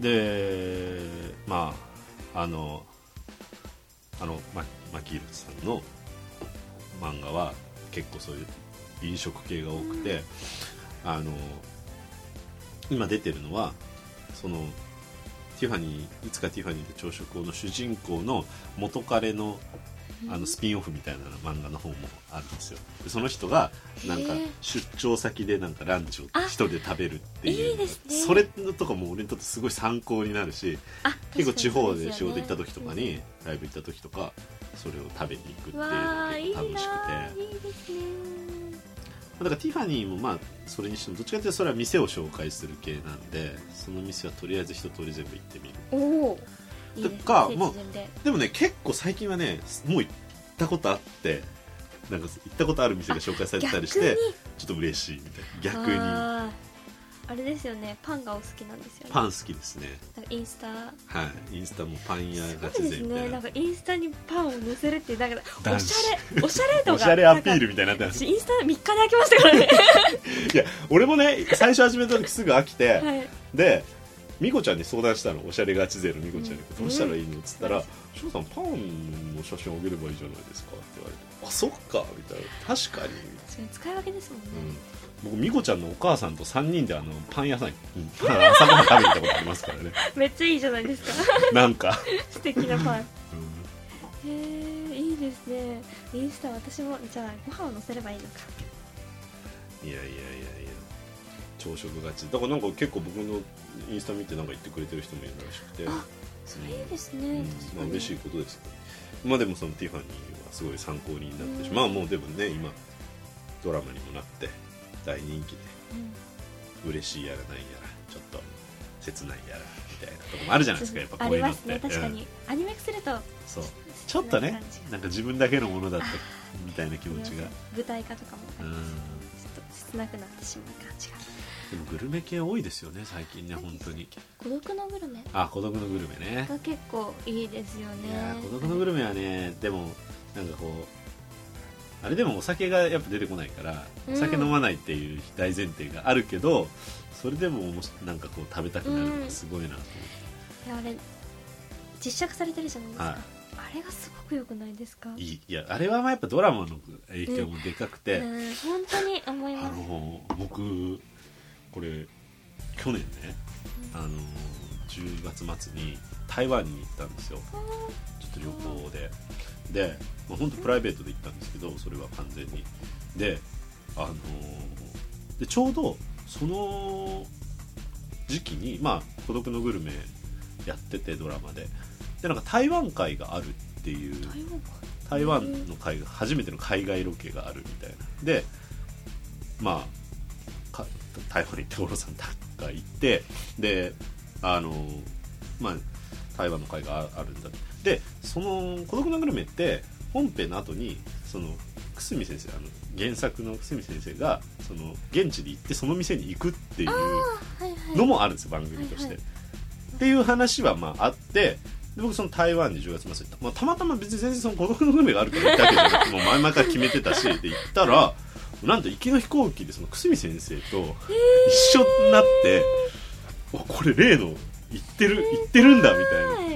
Speaker 1: でまああのあのママキールツさんの漫画は結構そういう飲食系が多くて、あの今出てるのはそのティファニーいつかティファニーで朝食をの主人公の元彼のあのスピンオフみたいな漫画の方もあるんですよでその人がなんか
Speaker 2: へえ
Speaker 1: 出張先でなんかランチを
Speaker 2: あ
Speaker 1: 一人で食べるっていう
Speaker 2: いいですね
Speaker 1: それのとかも俺にとってすごい参考になるし
Speaker 2: あ
Speaker 1: 結構地方で
Speaker 2: 仕
Speaker 1: 仕
Speaker 2: 事
Speaker 1: 事行った時とかにライブ行った時とかそれを食べに行くっていうの
Speaker 2: わ
Speaker 1: が
Speaker 2: あいい
Speaker 1: 結
Speaker 2: な
Speaker 1: 構楽しく
Speaker 2: ー
Speaker 1: て
Speaker 2: いいですね
Speaker 1: まあだからティファニーもまあそれにしてもどっちかっていうとそれは店を紹介する系なんでその店はとりあえず一通り全部行ってみる
Speaker 2: おおいいですね
Speaker 1: とか
Speaker 2: 聖
Speaker 1: もう
Speaker 2: 地巡礼
Speaker 1: でもね結構最近はねもう行ったことあってなんか行ったことある店が紹介されてたりしてちょっと嬉しいみたいな逆に
Speaker 2: あーあれですよねパンがお好きなんですよね
Speaker 1: パン好きですね
Speaker 2: なんかインスタ
Speaker 1: はいインスタもパン屋
Speaker 2: すご
Speaker 1: ガ
Speaker 2: い
Speaker 1: チ
Speaker 2: で
Speaker 1: 勢
Speaker 2: す
Speaker 1: みた
Speaker 2: ね
Speaker 1: い
Speaker 2: な
Speaker 1: なん
Speaker 2: かインスタにパンを載せるっていうなんかお
Speaker 1: 男
Speaker 2: し
Speaker 1: 子
Speaker 2: ゃれおしゃれ度が
Speaker 1: おしゃれアピールみたいになって
Speaker 2: なん
Speaker 1: ま
Speaker 2: か
Speaker 1: す
Speaker 2: 私インスタ3日で開きましたから
Speaker 1: <laughs>
Speaker 2: ね
Speaker 1: いや俺もね最初始めた時すぐ飽きて、
Speaker 2: はい
Speaker 1: で美子ちゃんに相談したのおしゃれガチ勢の美子ちゃんに、
Speaker 2: うん
Speaker 1: どうしたらいいのっつったら
Speaker 2: うん
Speaker 1: 「翔、さんパンの写真あげればいいじゃないですか」って言われて「あそっか」みたいな「確かに」
Speaker 2: 確かに使い分けですもんね、
Speaker 1: うん、僕美子ちゃんのお母さんと3人であのパン屋さんにうんパン朝ごはん食べに行ったことありますからね <laughs>
Speaker 2: めっちゃいいじゃないですか
Speaker 1: なんか、
Speaker 2: 素敵なパンへ
Speaker 1: うん
Speaker 2: えいいですねインスタ私もじゃあご飯を載せればいいのか
Speaker 1: いやいやいやいや朝食がちだからなんか結構僕のインスタ見てなんか言ってくれてる人もいるらしくて、うん
Speaker 2: あそれいいですね、確か
Speaker 1: まあ
Speaker 2: に
Speaker 1: 嬉しいことですけどまあでもそのティファニーはすごい参考になってしまう、
Speaker 2: うん
Speaker 1: まあもうでもね今ドラマにもなって大人気で
Speaker 2: うん
Speaker 1: 嬉しいやらないやらちょっと切ないやらみたいなとこもあるじゃないですかやっぱこ
Speaker 2: あ
Speaker 1: うい
Speaker 2: り
Speaker 1: うの
Speaker 2: ま
Speaker 1: っ
Speaker 2: す
Speaker 1: て、
Speaker 2: ね確か
Speaker 1: うん
Speaker 2: に、アニメ化すると
Speaker 1: そうちょっとねなんか自分だけのものだったみたいな
Speaker 2: 気
Speaker 1: 気持ちが
Speaker 2: 具体化とかもあ
Speaker 1: う
Speaker 2: り
Speaker 1: ん
Speaker 2: ますちょっと切なくなってしまう感じが
Speaker 1: でもグルメ系多いですよね最近ね本当に
Speaker 2: 孤独のグルメ
Speaker 1: あ孤独のグルメね
Speaker 2: が結構いいですよ
Speaker 1: いや
Speaker 2: ね
Speaker 1: ー孤独のグルメはねでもなんかこうあれでもお酒がやっぱ出てこないから
Speaker 2: うん
Speaker 1: お酒飲まないっていう大前提があるけど、それでもおもしなんかこう食べたくなるのがすごいなと思って、
Speaker 2: いやあれ実写化されてるじゃないですか、
Speaker 1: はい
Speaker 2: あれがすごく良くないですか
Speaker 1: いいいやあれはまあやっぱドラマの影響もでかくて、
Speaker 2: うん本当に思い
Speaker 1: あ
Speaker 2: ます
Speaker 1: の僕これ去年ねあの10月末に台湾に行ったんですよちょっと旅行でで、まあ、本当プライベートで行ったんですけどそれは完全にであのーでちょうどその時期にまあ孤独のグルメやっててドラマででなんか台湾会があるっていう
Speaker 2: 台湾
Speaker 1: 台湾の海外初めての海外ロケがあるみたいなでまあか台湾に行って五郎さんたが行ってであのまあ台湾の会がああるんだでその「孤独なグルメ」って本編の後にその久住先生あの原作の久住先生がその現地に行ってその店に行くっていう
Speaker 2: はいはい
Speaker 1: のもあるんですよ番組として、
Speaker 2: はいはい
Speaker 1: っていう話はまああってで僕その台湾で10月末に行った、まあ、たまたま別に全然その孤独のグルメがあるから行ったわけじゃなくてもう前々から決めてたしで行ったらなんと行きの飛行機でその久住先生と一緒になって、わこれ例の行ってる行ってるんだみたいな
Speaker 2: は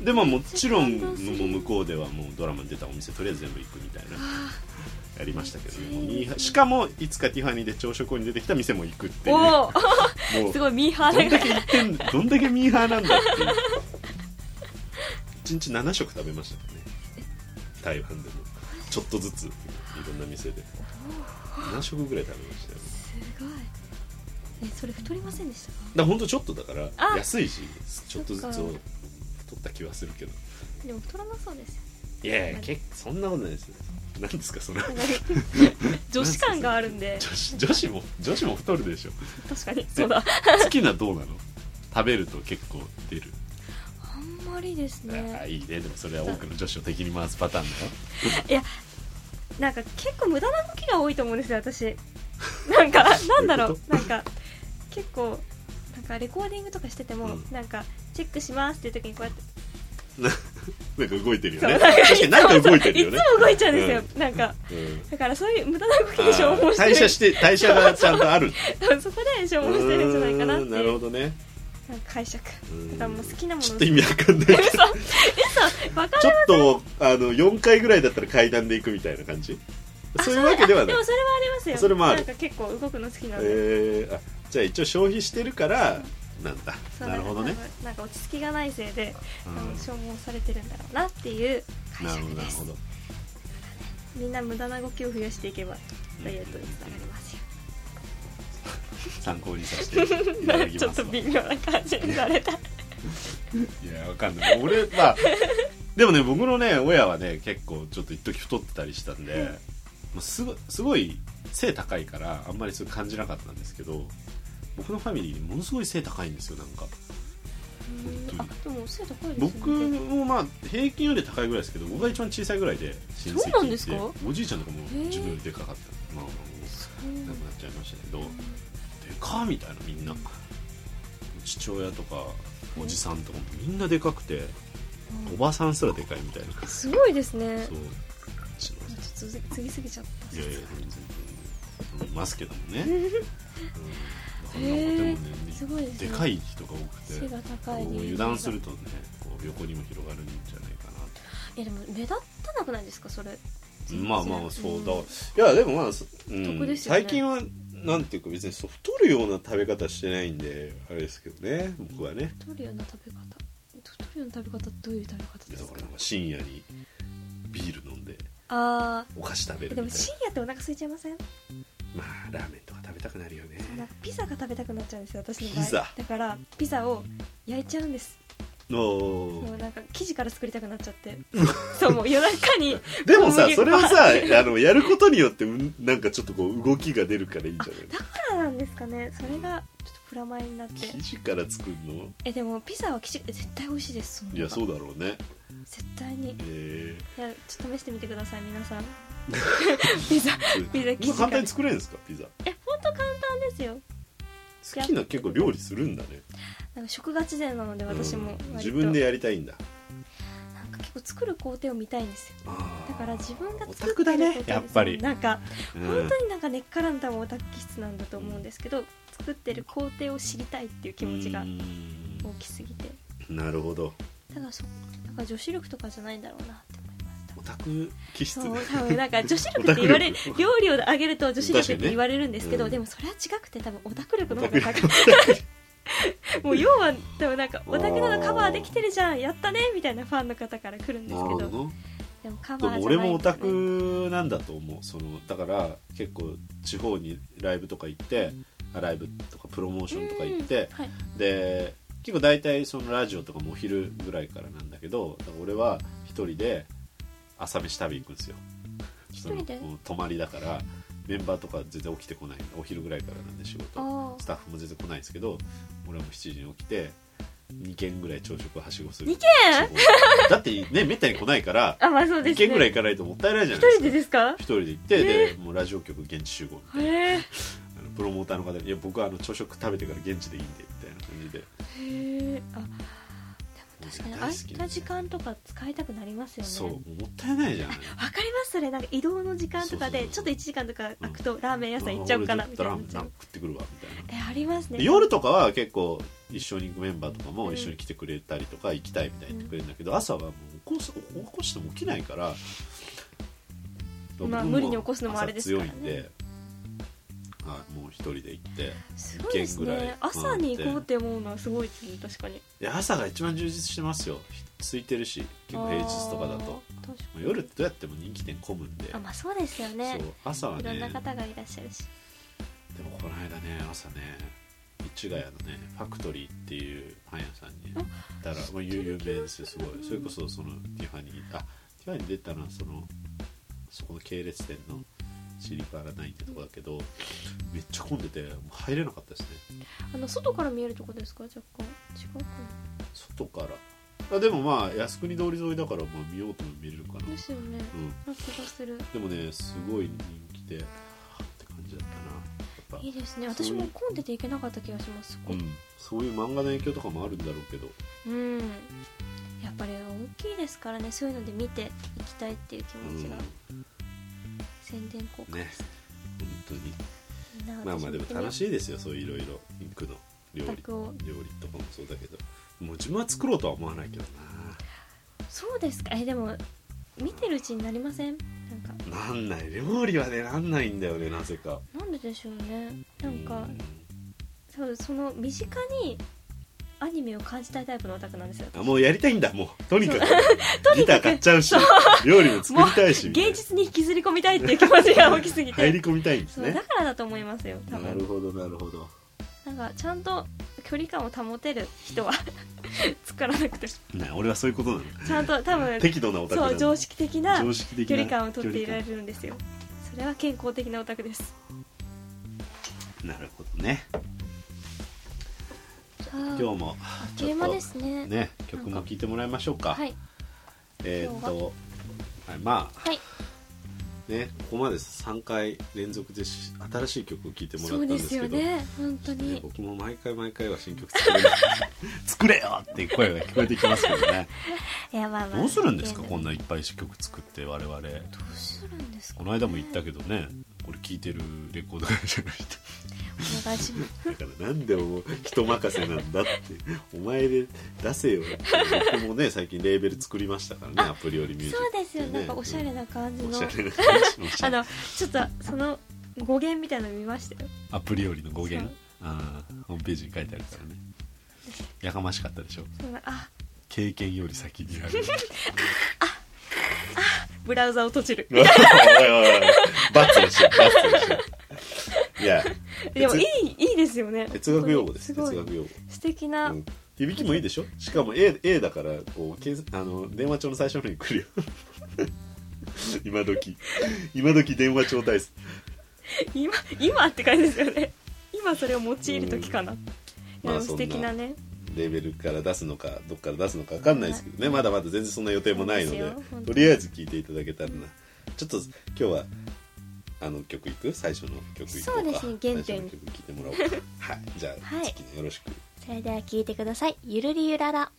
Speaker 2: い
Speaker 1: でまあもちろん
Speaker 2: めっちゃ
Speaker 1: も
Speaker 2: 感動する
Speaker 1: う向こうではもうドラマに出たお店とりあえず全部行くみたいなやりましたけど、ね、もうミーハーしかもいつかティファニーで朝食に出てきた店も行くっていうも
Speaker 2: おお
Speaker 1: <laughs>
Speaker 2: ー
Speaker 1: う
Speaker 2: すごいミーハー
Speaker 1: どん
Speaker 2: だ
Speaker 1: だ
Speaker 2: か
Speaker 1: け
Speaker 2: ら
Speaker 1: 行ってんどんだけミーハーなんだっていう一日7食食べましたね台湾でもちょっとずついろんな店で7食ぐらい食べましたよ
Speaker 2: すごいえそれ太りませんでしたか
Speaker 1: だからほんとちょっとだから
Speaker 2: あ
Speaker 1: 安いしちょっとずつ
Speaker 2: そっ
Speaker 1: 太
Speaker 2: か
Speaker 1: った気はするけど
Speaker 2: でも太らなそうですよ
Speaker 1: いやいや結構そんなことないですよ何ですかそれ
Speaker 2: なんか <laughs> 女子感があるんで
Speaker 1: <laughs> 女子女子も女子も太るでしょ
Speaker 2: 確かにそうだ
Speaker 1: 好きなどうなの食べると結構出る、
Speaker 2: あんまりです
Speaker 1: ああ
Speaker 2: ね
Speaker 1: いいねでもそれは多くの女子を敵に回すパターンだよ
Speaker 2: なんか結構無駄な動きが多いと思うんですよ
Speaker 1: <laughs>
Speaker 2: 私なんかなんだろ
Speaker 1: どういうう
Speaker 2: なんか結構なんかレコーディングとかしてても、
Speaker 1: うん
Speaker 2: なんかチェックしますっていう時にこうやって
Speaker 1: なんか動いてるよ
Speaker 2: そ
Speaker 1: ね
Speaker 2: うなんか
Speaker 1: 確かに何か動いてるよね
Speaker 2: いつも動いちゃうんですよ、なんか
Speaker 1: うんうん
Speaker 2: だからそういう無駄な動きで消
Speaker 1: あー
Speaker 2: 耗してる
Speaker 1: 代
Speaker 2: <laughs>
Speaker 1: 謝して代謝がちゃんとある
Speaker 2: そこで消耗してるんじゃないかなって
Speaker 1: うーんなる
Speaker 2: い
Speaker 1: ほ
Speaker 2: う
Speaker 1: どね
Speaker 2: なんか解釈
Speaker 1: うん
Speaker 2: だからもう好きなもの
Speaker 1: ちょっと意味わかんないけど
Speaker 2: わか
Speaker 1: ちょっとあの4回ぐらいだったら階段で行くみたいな感じそういうわけでは
Speaker 2: あ
Speaker 1: ない
Speaker 2: でもそれはありますよ
Speaker 1: それもある
Speaker 2: なんか結構動くの好きなんで、
Speaker 1: えー、あじゃあ一応消費してるからなんだ
Speaker 2: そう
Speaker 1: なるほどね
Speaker 2: なんかなんか落ち着きがないせいで、
Speaker 1: うん
Speaker 2: あの消耗されてるんだろうなっていう解
Speaker 1: なるほ
Speaker 2: 釈
Speaker 1: どな
Speaker 2: で
Speaker 1: る
Speaker 2: す
Speaker 1: ほど
Speaker 2: みんな無駄な動きを増やしていけばダイエットにつながりますよ、
Speaker 1: 参考にさせていただきま
Speaker 2: <laughs>
Speaker 1: す
Speaker 2: ちょっと微妙な感じにされた
Speaker 1: いやわかんない俺まあ <laughs> でもね僕のね親はね結構ちょっと一時太ってたりしたんで、まあ、すごすごい背高いからあんまりそれ感じなかったんですけど僕のファミリーものすごい背高いんですよなんか
Speaker 2: うんあでも背高いですよね
Speaker 1: 僕もまあ平均より高いぐらいですけど僕が一番小さいぐらいで親
Speaker 2: そうなんですか
Speaker 1: っておじいちゃんとかも
Speaker 2: へえ
Speaker 1: 自分よりでかかったまあまあもう亡くなっちゃいましたけどでかみたいなみんな父親とかおじさんとかもみんなでかくておばさんすらでかいみたいな
Speaker 2: すごいですね
Speaker 1: そうしま
Speaker 2: ちょ
Speaker 1: す
Speaker 2: っと次過ぎちゃった
Speaker 1: いやいや全然いますけども
Speaker 2: <laughs>
Speaker 1: ね、うん、だからなんかでもね
Speaker 2: すごいです
Speaker 1: で
Speaker 2: ね
Speaker 1: かい人が多
Speaker 2: 背
Speaker 1: くて
Speaker 2: が高い
Speaker 1: こう
Speaker 2: 理由
Speaker 1: 油
Speaker 2: が
Speaker 1: 断するとねこう横にも広がるんじゃないかなと
Speaker 2: いやでも目立たなくないですかそれ
Speaker 1: まあまあそうだ、
Speaker 2: ん
Speaker 1: いやでもまあ、そうん
Speaker 2: 得ですよね
Speaker 1: 最近はなんていうか別にそう太るような食べ方してないんであれですけどね僕はね
Speaker 2: 太るような食べ方太るような食べ方どういう食べ方で
Speaker 1: だ
Speaker 2: す
Speaker 1: か
Speaker 2: から
Speaker 1: なんか深夜にビール飲んで
Speaker 2: あ
Speaker 1: お菓子食べ
Speaker 2: ー
Speaker 1: る
Speaker 2: でも
Speaker 1: みたい
Speaker 2: 深夜ってお腹空いちゃいません
Speaker 1: なまあラーメンとか食べたくなるよね
Speaker 2: なんかピザが食べたくなっちゃうんですよ私の場合
Speaker 1: ピザ
Speaker 2: だからピザを焼いちゃうんです
Speaker 1: おー
Speaker 2: もうなんか生地から作りたくなっちゃ
Speaker 1: <laughs>
Speaker 2: ってそうもう夜中に
Speaker 1: で
Speaker 2: 小
Speaker 1: もさ
Speaker 2: 麦粉
Speaker 1: それはさあのやることによってうんなんかちょっとこう動きが出るからいいんじゃない
Speaker 2: だからなんですかねそれがちょっとプラマイになって
Speaker 1: 生地から作るの
Speaker 2: えでもピザは生地絶対美味しいです
Speaker 1: いやそううだろうね
Speaker 2: 絶対にい
Speaker 1: え
Speaker 2: やちょっと試してみてください皆
Speaker 1: <laughs>
Speaker 2: さんピザピザ生
Speaker 1: え
Speaker 2: 地から
Speaker 1: 簡単に作れるんですかピザ
Speaker 2: え本当簡単ですよ
Speaker 1: 好きな結構料理するんだね
Speaker 2: なんか食が自然なので私も
Speaker 1: うん
Speaker 2: 割と
Speaker 1: 自分でやりたいんだ
Speaker 2: なんか結構作る工程を見たいんですよ
Speaker 1: あー
Speaker 2: だから自分が
Speaker 1: オ
Speaker 2: 作
Speaker 1: タ
Speaker 2: ってる
Speaker 1: クだね
Speaker 2: 工程
Speaker 1: やっぱり
Speaker 2: なんか
Speaker 1: うん
Speaker 2: 本当になんか根っからの多分オタク気質なんだと思うんですけど作ってる工程を知りたいっていう気持ちが
Speaker 1: うん
Speaker 2: 大きすぎて
Speaker 1: なるほど
Speaker 2: だからそだから女子力とかじゃないんだろうなって思います
Speaker 1: オタク気質
Speaker 2: そう
Speaker 1: <laughs>
Speaker 2: 多分なんか女子力って言われ
Speaker 1: オタク力
Speaker 2: 料理を上げると女子力っ
Speaker 1: 確かに
Speaker 2: て
Speaker 1: ね
Speaker 2: 言われるんですけど、
Speaker 1: うん
Speaker 2: でもそれは違くて多分オタク力の方
Speaker 1: オタ
Speaker 2: が
Speaker 1: ク
Speaker 2: 高い <laughs> もう要は多分なんかオタクなのカバーできてるじゃんやったねみたいなファンの方から来るんです
Speaker 1: な
Speaker 2: け
Speaker 1: る
Speaker 2: ど
Speaker 1: ほど
Speaker 2: でもカ
Speaker 1: で
Speaker 2: バー
Speaker 1: も
Speaker 2: じゃな
Speaker 1: 俺
Speaker 2: い
Speaker 1: もオタクなんだと思うそのだから結構地方にライブとか行ってあライブとかプロモーションとか行って、
Speaker 2: はい、
Speaker 1: で結構大体そのラジオとかもお昼ぐらいからなんだけどだから俺は一人で朝飯食べ行くんですよ
Speaker 2: 一人で
Speaker 1: そのもう泊まりだからメンバーとか全然起きてこないお昼ぐらいからなんで仕事
Speaker 2: あ
Speaker 1: スタッフも全然来ないんですけど俺はもう7時に起きて2軒ぐらい朝食はしごする
Speaker 2: 二軒
Speaker 1: だってねめったに来ないから
Speaker 2: ああまあそうで
Speaker 1: 2
Speaker 2: すね
Speaker 1: 軒ぐらい行かないともったいないじゃない
Speaker 2: 一人
Speaker 1: で
Speaker 2: です
Speaker 1: か
Speaker 2: ですか
Speaker 1: 一人で行って、でもうラジオ局現地集合みたいな
Speaker 2: へえ
Speaker 1: あのプロモーターの方に「いや僕はあの朝食食べてから現地でいいんで」みたいな感
Speaker 2: へ
Speaker 1: じで
Speaker 2: えあでも確かに
Speaker 1: 大
Speaker 2: 空
Speaker 1: 好
Speaker 2: い
Speaker 1: き
Speaker 2: た時間とか使いたくなりますよね
Speaker 1: そうもうもったいないじゃん
Speaker 2: わかりますそれなんか移動の時間とか
Speaker 1: そう
Speaker 2: で
Speaker 1: そう
Speaker 2: ち
Speaker 1: そ
Speaker 2: ょ
Speaker 1: う
Speaker 2: っと1時間とか空くとラーメン屋さん行っちゃおうかな
Speaker 1: 俺
Speaker 2: み
Speaker 1: ち
Speaker 2: た
Speaker 1: ょ
Speaker 2: いになっ
Speaker 1: っとラーメン
Speaker 2: ちゃ
Speaker 1: なん
Speaker 2: う
Speaker 1: か食ってくるわみたいな
Speaker 2: えありますね
Speaker 1: 夜とかは結構一緒に行くメンバーとかも一緒に来てくれたりとか行きたいみたいに言ってくれるんだけど朝はもう起こす起こしても起きないから
Speaker 2: まあ
Speaker 1: 僕も
Speaker 2: 無理に起こすのもあれですからね
Speaker 1: 朝強いんではいもう一人で行って
Speaker 2: すごいです
Speaker 1: 一軒ぐら
Speaker 2: ね
Speaker 1: い
Speaker 2: 朝に行こうって思うのはすごいですね確かに
Speaker 1: いや朝が一番充実してますよ空いてるし結構平日とかだとも
Speaker 2: あー確か
Speaker 1: う
Speaker 2: に
Speaker 1: 夜ってどうやっても人気店混むんで、
Speaker 2: あまあそうですよね
Speaker 1: そう朝はい
Speaker 2: ろ
Speaker 1: ね
Speaker 2: ん
Speaker 1: で
Speaker 2: な
Speaker 1: も
Speaker 2: 方がいらっしゃるし
Speaker 1: この間ね朝ね市ヶ谷のねファクトリーっていうパン屋さんに行ったらもう有有名ですよすごいそれこそそのティファニーあティファニー出たのはそのそこの系列店のシリカーラナインってとこだけどめっちゃ混んでてもう入れなかったですね
Speaker 2: あの外から見えるとこですか若干違うか
Speaker 1: 外からあでもまあ靖国通り沿いだからまあ見ようとも見れるかな
Speaker 2: なですよね
Speaker 1: うん
Speaker 2: なんか気がする
Speaker 1: でもねすごい人気でって感じだったなや
Speaker 2: いい
Speaker 1: っ
Speaker 2: ですね
Speaker 1: そうい
Speaker 2: 私
Speaker 1: う
Speaker 2: も混んでて行けなかった気がします
Speaker 1: ぱ、うん、そういう漫画の影響とかもあるんだろうけど
Speaker 2: うんやっぱり大きいですからねそういうので見ていきたいっていう気持ちが、
Speaker 1: う
Speaker 2: 宣伝効
Speaker 1: ん
Speaker 2: 果
Speaker 1: ね本当に
Speaker 2: みんな
Speaker 1: まあまあでも楽
Speaker 2: い
Speaker 1: しいですよそういろいろインクの料理
Speaker 2: 宅を
Speaker 1: 料理とかもそうだけどもう自分は作ろうとは思わないけど
Speaker 2: そうですかえでも見てるうちになりませんなんか
Speaker 1: ななんない料理はねなんないんだよねなぜか
Speaker 2: なんででしょうねなん
Speaker 1: う
Speaker 2: か多分その身近にアニメを感じたいタイプのオタクなんですよ
Speaker 1: あもうやりたいんだもうとにかく
Speaker 2: <laughs>
Speaker 1: ギター買っちゃうし料理も作りたいしみたいな
Speaker 2: 現実に引きずり込みたいっていう気持ちが大きす
Speaker 1: <laughs>
Speaker 2: ぎて、
Speaker 1: 入り込みたいんです
Speaker 2: そう
Speaker 1: ね
Speaker 2: だからだと思いますよ多
Speaker 1: なる
Speaker 2: 分
Speaker 1: ほどなるほど
Speaker 2: なんかちゃんと距離感を保てる人は <laughs> 作らなくても
Speaker 1: ね俺はそういうことなの
Speaker 2: ちゃんと多分
Speaker 1: 適度なオタクな
Speaker 2: そ
Speaker 1: の
Speaker 2: う常識的な
Speaker 1: 常識的
Speaker 2: 距
Speaker 1: な
Speaker 2: 離感をとっていられ
Speaker 1: 距
Speaker 2: るんですよそれは健康的なオタクです
Speaker 1: 離感なるほどね
Speaker 2: 今
Speaker 1: 今日もちょっ
Speaker 2: 間で
Speaker 1: と
Speaker 2: すね
Speaker 1: ね曲も聴いてもらいましょうか
Speaker 2: はい
Speaker 1: えーっとはいま
Speaker 2: はい
Speaker 1: あねここまで3回連続でし新しい曲を聴いてもら
Speaker 2: そ
Speaker 1: った
Speaker 2: うん
Speaker 1: で
Speaker 2: ですす
Speaker 1: け
Speaker 2: よ
Speaker 1: ど
Speaker 2: ね本当
Speaker 1: ね
Speaker 2: に
Speaker 1: 僕も毎回毎回は新曲作れない <laughs> 作れよっていう声が聞こえてきますけどね
Speaker 2: いやまあまあ
Speaker 1: どうするんですか
Speaker 2: いや
Speaker 1: こんないっぱい曲作って我々
Speaker 2: どうするんですか
Speaker 1: この間も言ったけどねこれ聴いてるレコード会社の人
Speaker 2: お願いします
Speaker 1: だからなんでもう人任せなんだってお前で出せよって僕もね最近レーベル作りましたからねアプリよりミュージック
Speaker 2: そう
Speaker 1: ってい
Speaker 2: ですよなんかおしゃれな感じ
Speaker 1: うん
Speaker 2: の
Speaker 1: おしゃれな感じおし
Speaker 2: <laughs>
Speaker 1: ゃ
Speaker 2: あ
Speaker 1: れ
Speaker 2: のちょっとその語源みたいなの見ましたよ
Speaker 1: アプリよりの語源
Speaker 2: そう
Speaker 1: あーホームページに書いてあるからねやかましかったでしょ
Speaker 2: そのあ
Speaker 1: 経験より先にあ
Speaker 2: <laughs>
Speaker 1: る
Speaker 2: ブラウザを閉じる
Speaker 1: おいおいおいバツでしょバツでしょいや
Speaker 2: でもいいいいですよね
Speaker 1: 哲学用語です
Speaker 2: 本当に
Speaker 1: 哲
Speaker 2: ごい
Speaker 1: 学用語
Speaker 2: 素敵な
Speaker 1: うん響きもいいでしょしかも A, A だからこうけんあの電話帳の最初の方に来るよ <laughs> 今時今時電話帳対す
Speaker 2: 今今って感じですよね今それを用いる時かな、いや
Speaker 1: まあ
Speaker 2: でも素敵なね
Speaker 1: レーベルから出すのかどっから出すのか分かんないですけどねまだまだ全然そんな予定もないので
Speaker 2: そうですよ本当
Speaker 1: と
Speaker 2: に
Speaker 1: りあえず聞いていただけたらなちょっと今日はあの曲いく最初の曲いこ
Speaker 2: そうですね原点
Speaker 1: 最初の曲聞いてもらおうかはいじゃあ、
Speaker 2: はい
Speaker 1: 次のよろしく
Speaker 2: それでは聞いてくださいゆるりゆらら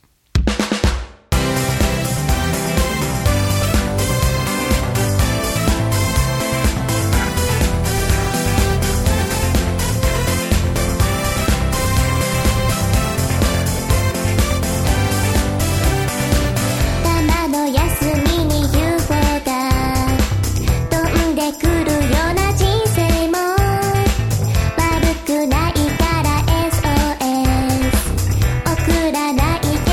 Speaker 3: たまの休みに UFO が飛んでくるような人生も悪くないから SOS 送らないけ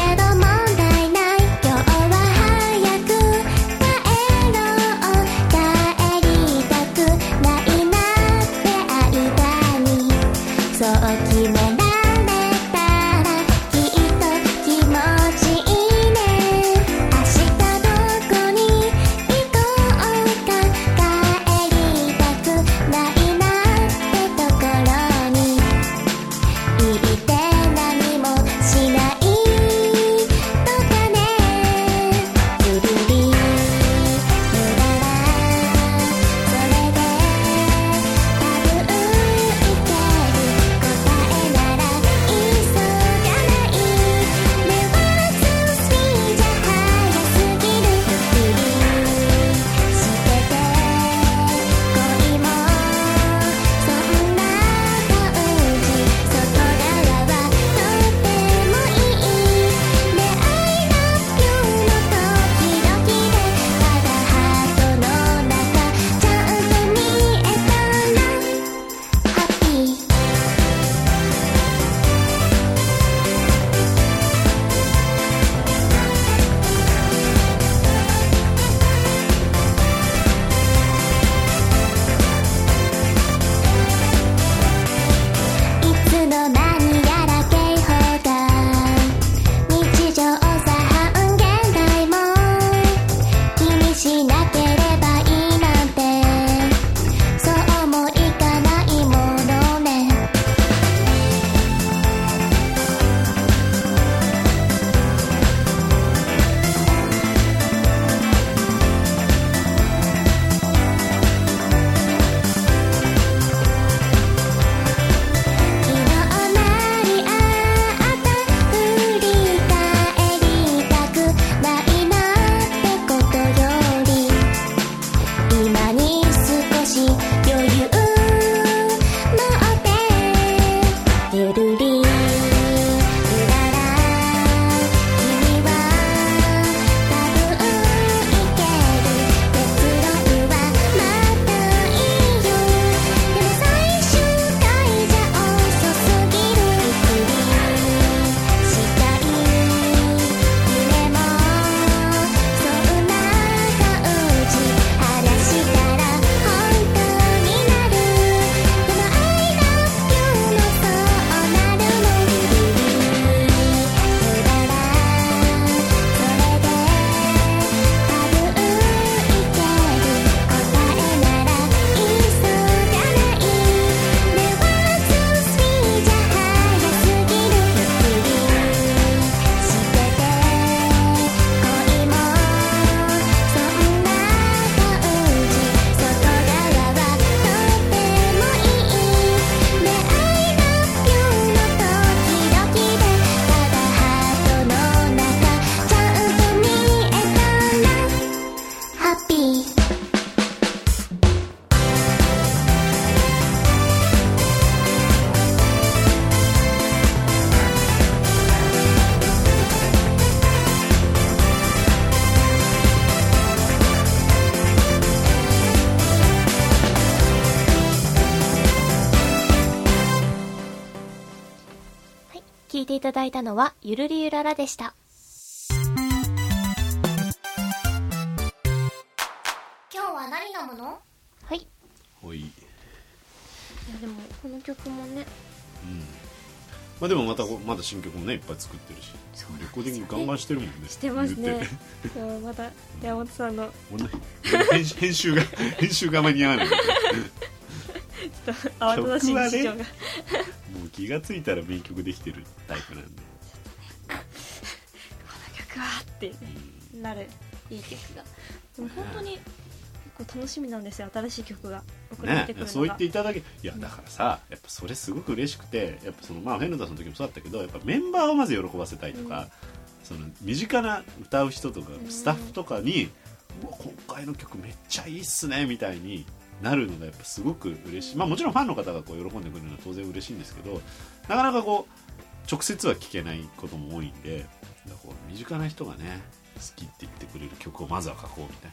Speaker 3: 聞いていただいたのは、ゆるりゆららでした。今日は何飲むのはい。
Speaker 1: ほい、うん、
Speaker 2: でもこの曲もね
Speaker 1: まあでもまたこまだ新曲もねいっぱい作ってるし
Speaker 2: そうなんですよね
Speaker 1: レコーディングガンガンしてるもんね
Speaker 2: してます
Speaker 1: 言っ
Speaker 2: ね
Speaker 1: て
Speaker 2: そうまた山本さんの
Speaker 1: 俺の俺の編集 <laughs> 編集が編集が間に合わないも
Speaker 2: ちょっと慌ただしい日常が、
Speaker 1: う気がついたら名曲できてるタイプなんで
Speaker 2: この曲はってなるいい曲がでも本当に結構楽しみなんですよ新しい曲が送られ
Speaker 1: ね
Speaker 2: てくるのが、
Speaker 1: そう言っていただけいやだからさやっぱそれすごく嬉しくてやっぱそのまあフェルダーの時もそうだったけどやっぱメンバーをまず喜ばせたいとか、その身近な歌う人とか
Speaker 2: うん
Speaker 1: スタッフとかに、うわ今回の曲めっちゃいいっすねみたいになるのがやっぱすごく嬉しいまあもちろんファンの方がこう喜んでくれるのは当然嬉しいんですけどなかなかこう直接は聞けないことも多いんでだからこう身近な人がね好きって言ってくれる曲をまずは書こうみたい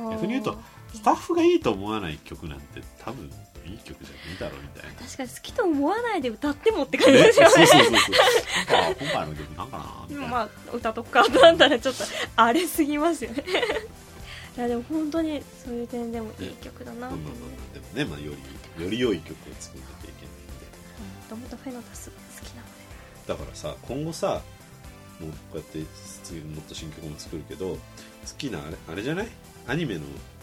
Speaker 1: な
Speaker 2: おー
Speaker 1: 逆に言うとスタッフがいいと思わない曲なんて多分いい曲じゃねえだろみたいな。
Speaker 2: 確かに好きと思わないで歌ってもって感じ
Speaker 1: ね
Speaker 2: です
Speaker 1: そう
Speaker 2: よ
Speaker 1: そう
Speaker 2: ね
Speaker 1: そうそう。なんか今回の曲なんかな
Speaker 2: で
Speaker 1: みたい
Speaker 2: も
Speaker 1: な。
Speaker 2: まあ歌とかなんだらちょっと荒れすぎますよね <laughs> いやでも本当にそういう点でもいい曲だな
Speaker 1: まあ
Speaker 2: と思
Speaker 1: まあま
Speaker 2: う
Speaker 1: あでもね、まあよりより良い曲を作んなきゃいけないんで。
Speaker 2: もともとフェノタス好きなので
Speaker 1: だからさ今後さもうこうやって次もっと新曲も作るけど好きなあれあれじゃないアニメの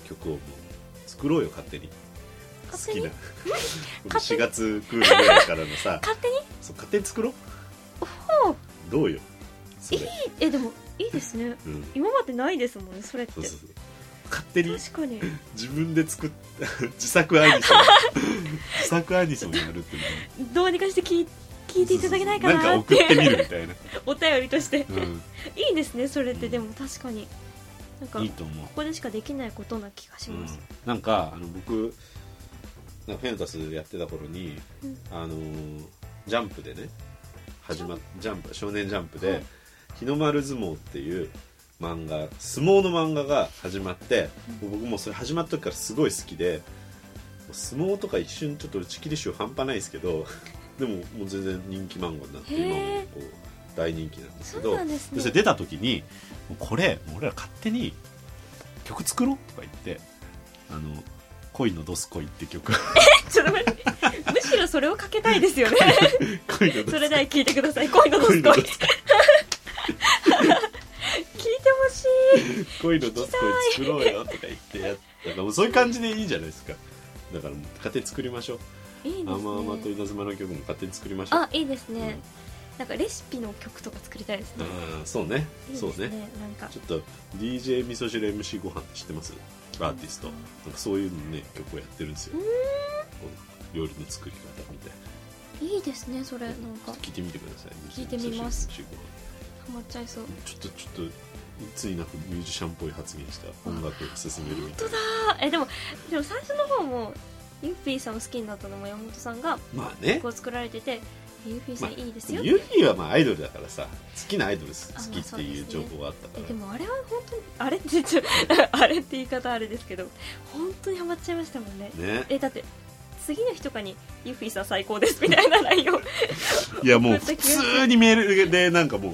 Speaker 1: 曲をもう作ろうよ勝手に好
Speaker 2: 勝手に
Speaker 1: きなこの
Speaker 2: 勝手
Speaker 1: 4
Speaker 2: に
Speaker 1: 月クールぐらいからのさ
Speaker 2: 勝手に
Speaker 1: そう勝手に作ろう
Speaker 2: おお
Speaker 1: どうよそれ
Speaker 2: えでもいいですね
Speaker 1: うん
Speaker 2: 今までないですもんねそれって
Speaker 1: そうそうそう勝手に
Speaker 2: 確かに
Speaker 1: 自分で作った <laughs> 自
Speaker 2: <laughs>
Speaker 1: 作アニソン自作アニソンやるってい
Speaker 2: どうにかして聞い聞いていただけないか
Speaker 1: なんか
Speaker 2: なっ
Speaker 1: 送っててみるみたいな、
Speaker 2: お便りとして
Speaker 1: う
Speaker 2: いいですねそれってでも確かになんか
Speaker 1: ん、い
Speaker 2: こ
Speaker 1: いと思う、
Speaker 2: こでしかできないことな気がし
Speaker 1: う
Speaker 2: ま
Speaker 1: ん
Speaker 2: す、、
Speaker 1: なんかあの僕なんかフェンタスやってた頃に、
Speaker 2: うん
Speaker 1: あのージャンプでね始まっジャンプ少年ジャンプで、
Speaker 2: はい
Speaker 1: 日の丸相撲っていう漫画相撲の漫画が始まって、僕もうそれ始まった時からすごい好きでもう相撲とか一瞬ちょっと打ち切り集半端ないです
Speaker 2: <laughs>
Speaker 1: けどでももう全然人気漫画になって
Speaker 2: へー
Speaker 1: 今もこう大人気なんですけ
Speaker 2: そ
Speaker 1: ど
Speaker 2: うなんですね
Speaker 1: それ出た時にもうこれもう俺ら勝手に曲作ろうとか言って「あの恋のドス恋」って
Speaker 2: <laughs>
Speaker 1: 曲
Speaker 2: ちょっと待ってむしろそれをかけたいですよね
Speaker 1: 恋のド
Speaker 2: そ
Speaker 1: ス
Speaker 2: れで
Speaker 1: 恋
Speaker 2: は聞いてください恋のドス
Speaker 1: 恋
Speaker 2: コ
Speaker 1: の
Speaker 2: イ聞
Speaker 1: ド
Speaker 2: いて
Speaker 1: ス
Speaker 2: ほしい
Speaker 1: 恋のドス恋作ろうよとか言ってやったからもうそういう感じでいいじゃないですかだからもう勝手に作りましょう
Speaker 2: いいですね
Speaker 1: 「あまあまと稲妻」の曲も勝手に作りましょう
Speaker 2: あいいですね、なんかレシピの曲とか作りたいですね
Speaker 1: あーそうね
Speaker 2: いいです
Speaker 1: そ
Speaker 2: ね
Speaker 1: うね
Speaker 2: なんか
Speaker 1: ちょっと DJ 味噌汁 MC ご飯知ってますアーティストなんかそういうのね曲をやってるんですよこう料理の作り方みたい
Speaker 2: いいですねそれなん
Speaker 1: な
Speaker 2: か
Speaker 1: 聞いてみてください
Speaker 2: 聞いてみます
Speaker 1: 味噌汁 MC ご飯
Speaker 2: ハマっちゃいそう
Speaker 1: ちょっとちょっといつになくミュージシャンっぽい発言した音楽を進めるみたいな
Speaker 2: あえでもでも最初の方もゆっぴーさんを好きになったのも山本さんが
Speaker 1: <laughs> まあね
Speaker 2: こう作られててゆっぴーさんいいですよって、
Speaker 1: ユリはまあアイドルだからさ好きなアイドルす
Speaker 2: あまあ
Speaker 1: 好きっていう
Speaker 2: そう
Speaker 1: 情
Speaker 2: ですね
Speaker 1: 報があったか
Speaker 2: え
Speaker 1: ら
Speaker 2: でもあれは本当にあれってちょ <laughs> あれって言い方あれですけど本当にハマっちゃいましたもんね
Speaker 1: ね
Speaker 2: えだって次の日とかに「ゆっぴーさん最高です」みた
Speaker 1: <laughs>
Speaker 2: いな内容
Speaker 1: いやもう普通にメールでなんかもう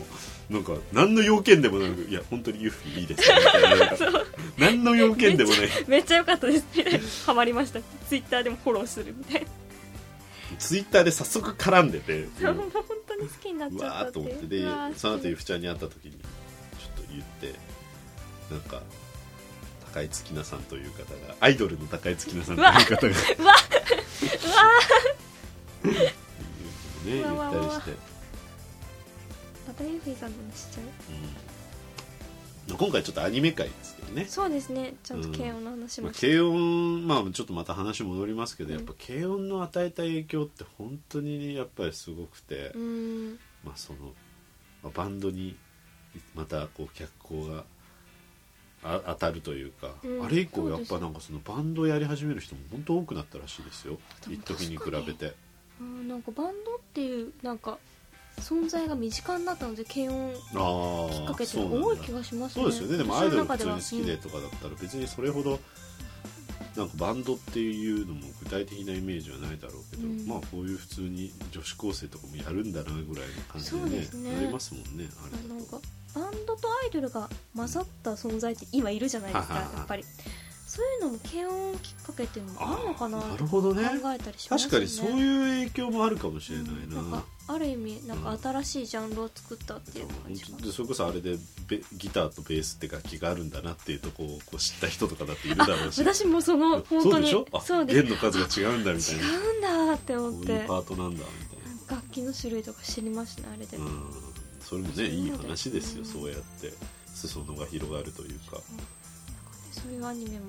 Speaker 1: なんか何の要件でもなく「いや本当にユーフィーいいですね」みたいななんか
Speaker 2: そう
Speaker 1: 何の要件でもない
Speaker 2: めっちゃ良かったですみたいなハマりましたツイッターでもフォローするみたいな
Speaker 1: ツイッターで早速絡んでて
Speaker 2: そうもう本当に好きになっ
Speaker 1: う
Speaker 2: ちゃったっ
Speaker 1: わーってと
Speaker 2: い
Speaker 1: 思
Speaker 2: う
Speaker 1: ってで
Speaker 2: うわー
Speaker 1: その後ゆふちゃんに会った時にちょっと言ってなんか高井月菜さんという方がアイドルの高井月菜さんという方が
Speaker 2: うわうわ
Speaker 1: ね言
Speaker 2: うわ
Speaker 1: っ
Speaker 2: うわ
Speaker 1: た
Speaker 2: う
Speaker 1: り
Speaker 2: わ
Speaker 1: して、
Speaker 2: またゆっぴーさんのにしちゃう
Speaker 1: うん、今回ちょっとアニメ界ですけどね
Speaker 2: そうですねちゃんと慶応の話
Speaker 1: ま
Speaker 2: も
Speaker 1: あ、
Speaker 2: して、
Speaker 1: 軽音まあちょっとまた話戻りますけどやっぱ
Speaker 2: う
Speaker 1: 軽音の与えた影響って本当にやっぱりすごくて、
Speaker 2: うーん
Speaker 1: まあそのまあバンドにまたこう脚光があ当たるというか、
Speaker 2: うん
Speaker 1: あれ以降
Speaker 2: そ
Speaker 1: や
Speaker 2: う
Speaker 1: っ
Speaker 2: です
Speaker 1: ぱなんかそのバンドやり始める人も本当多くなったらしいですよ
Speaker 2: でも
Speaker 1: 一時に比
Speaker 2: 確かに
Speaker 1: べて
Speaker 2: うんなんかバンドっていうなんか存在が身近になったので軽音
Speaker 1: ああ
Speaker 2: きっかけって
Speaker 1: そう
Speaker 2: 多
Speaker 1: ないんだ
Speaker 2: 気がしますね
Speaker 1: そうですよねでもア
Speaker 2: 私
Speaker 1: イ
Speaker 2: の
Speaker 1: ドル
Speaker 2: 中
Speaker 1: 普通
Speaker 2: は
Speaker 1: に好きでとかだったら別にそれほどなんかバンドっていうのも具体的なイメージはないだろうけど、
Speaker 2: うん
Speaker 1: まあこういう普通に女子高生とかもやるんだなぐらいの感じ
Speaker 2: そう
Speaker 1: でね
Speaker 2: ですね
Speaker 1: ありますもんねあ
Speaker 2: あ
Speaker 1: れ
Speaker 2: なん
Speaker 1: だ
Speaker 2: か
Speaker 1: と。
Speaker 2: バンドとアイドルが混ざった存在って今いるじゃないですか
Speaker 1: は
Speaker 2: や
Speaker 1: はは
Speaker 2: っぱりそういうのも軽音きっかけっていうのもあるのかな
Speaker 1: あーな
Speaker 2: と
Speaker 1: るほどね
Speaker 2: 考えたりします
Speaker 1: 確
Speaker 2: よね
Speaker 1: かにそういう影響もあるかもしれないな,、
Speaker 2: うんんかある意味なんか新しいジャンルを作ったっていう感じが、
Speaker 1: でそれこそあれでベギターとベースって楽器があるんだなっていうとこをこう知った人とかだっているだろうし
Speaker 2: 私もその本当
Speaker 1: そうで
Speaker 2: に
Speaker 1: しょあ
Speaker 2: です
Speaker 1: 弦の数が違うんだみたいな
Speaker 2: 違うんだって
Speaker 1: こう
Speaker 2: 思っ
Speaker 1: い
Speaker 2: て
Speaker 1: うパートなんだみたいな
Speaker 2: 楽器の種類とか知りましたねあれで、
Speaker 1: うん、それもねいい話ですよ
Speaker 2: そ
Speaker 1: そううやって裾野が広がるというか
Speaker 2: そういうアニメも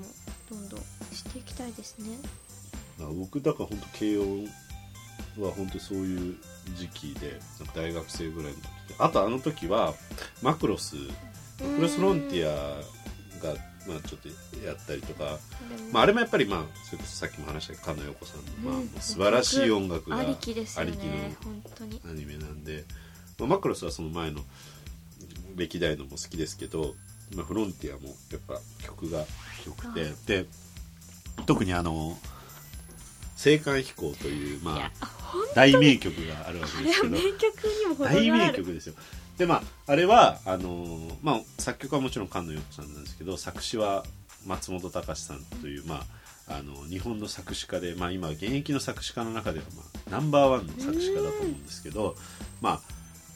Speaker 2: どんどんしていきたいですね
Speaker 1: まあ僕だから本当慶応は本当そういう時期でなんか大学生ぐらいの時であとあの時はマクロスマクロスフロンティアが、まあ、ちょっとやったりとか、まあ、あ
Speaker 2: れ
Speaker 1: れもやっぱり、まあ、それこそさっきも話したけど菅野陽子さんの、ま
Speaker 2: う
Speaker 1: あ
Speaker 2: ん
Speaker 1: もう素晴らしい音楽が
Speaker 2: ありきですよ
Speaker 1: ありきの
Speaker 2: ね本当に
Speaker 1: アニメなんで、まあ、マクロスはその前の歴代のも好きですけど、まあ、フロンティアもやっぱ曲が良く
Speaker 2: あ
Speaker 1: てで特にあの「青函飛行」とい
Speaker 2: い
Speaker 1: う、ま
Speaker 2: や
Speaker 1: あ、
Speaker 2: ほん
Speaker 1: 大名曲があるわ
Speaker 2: あ
Speaker 1: け
Speaker 2: れ
Speaker 1: です
Speaker 2: は
Speaker 1: けど
Speaker 2: 名曲にも程
Speaker 1: 大
Speaker 2: があ
Speaker 1: 名
Speaker 2: る
Speaker 1: 曲ですよでまああれはあのーまあ、作曲はもちろん菅野陽子さんなんですけど作詞は松本隆さんという、まあ、あの日本の作詞家で、まあ、今現役の作詞家の中では、まあ、ナンバーワンの作詞家だと思うんですけど、まあ、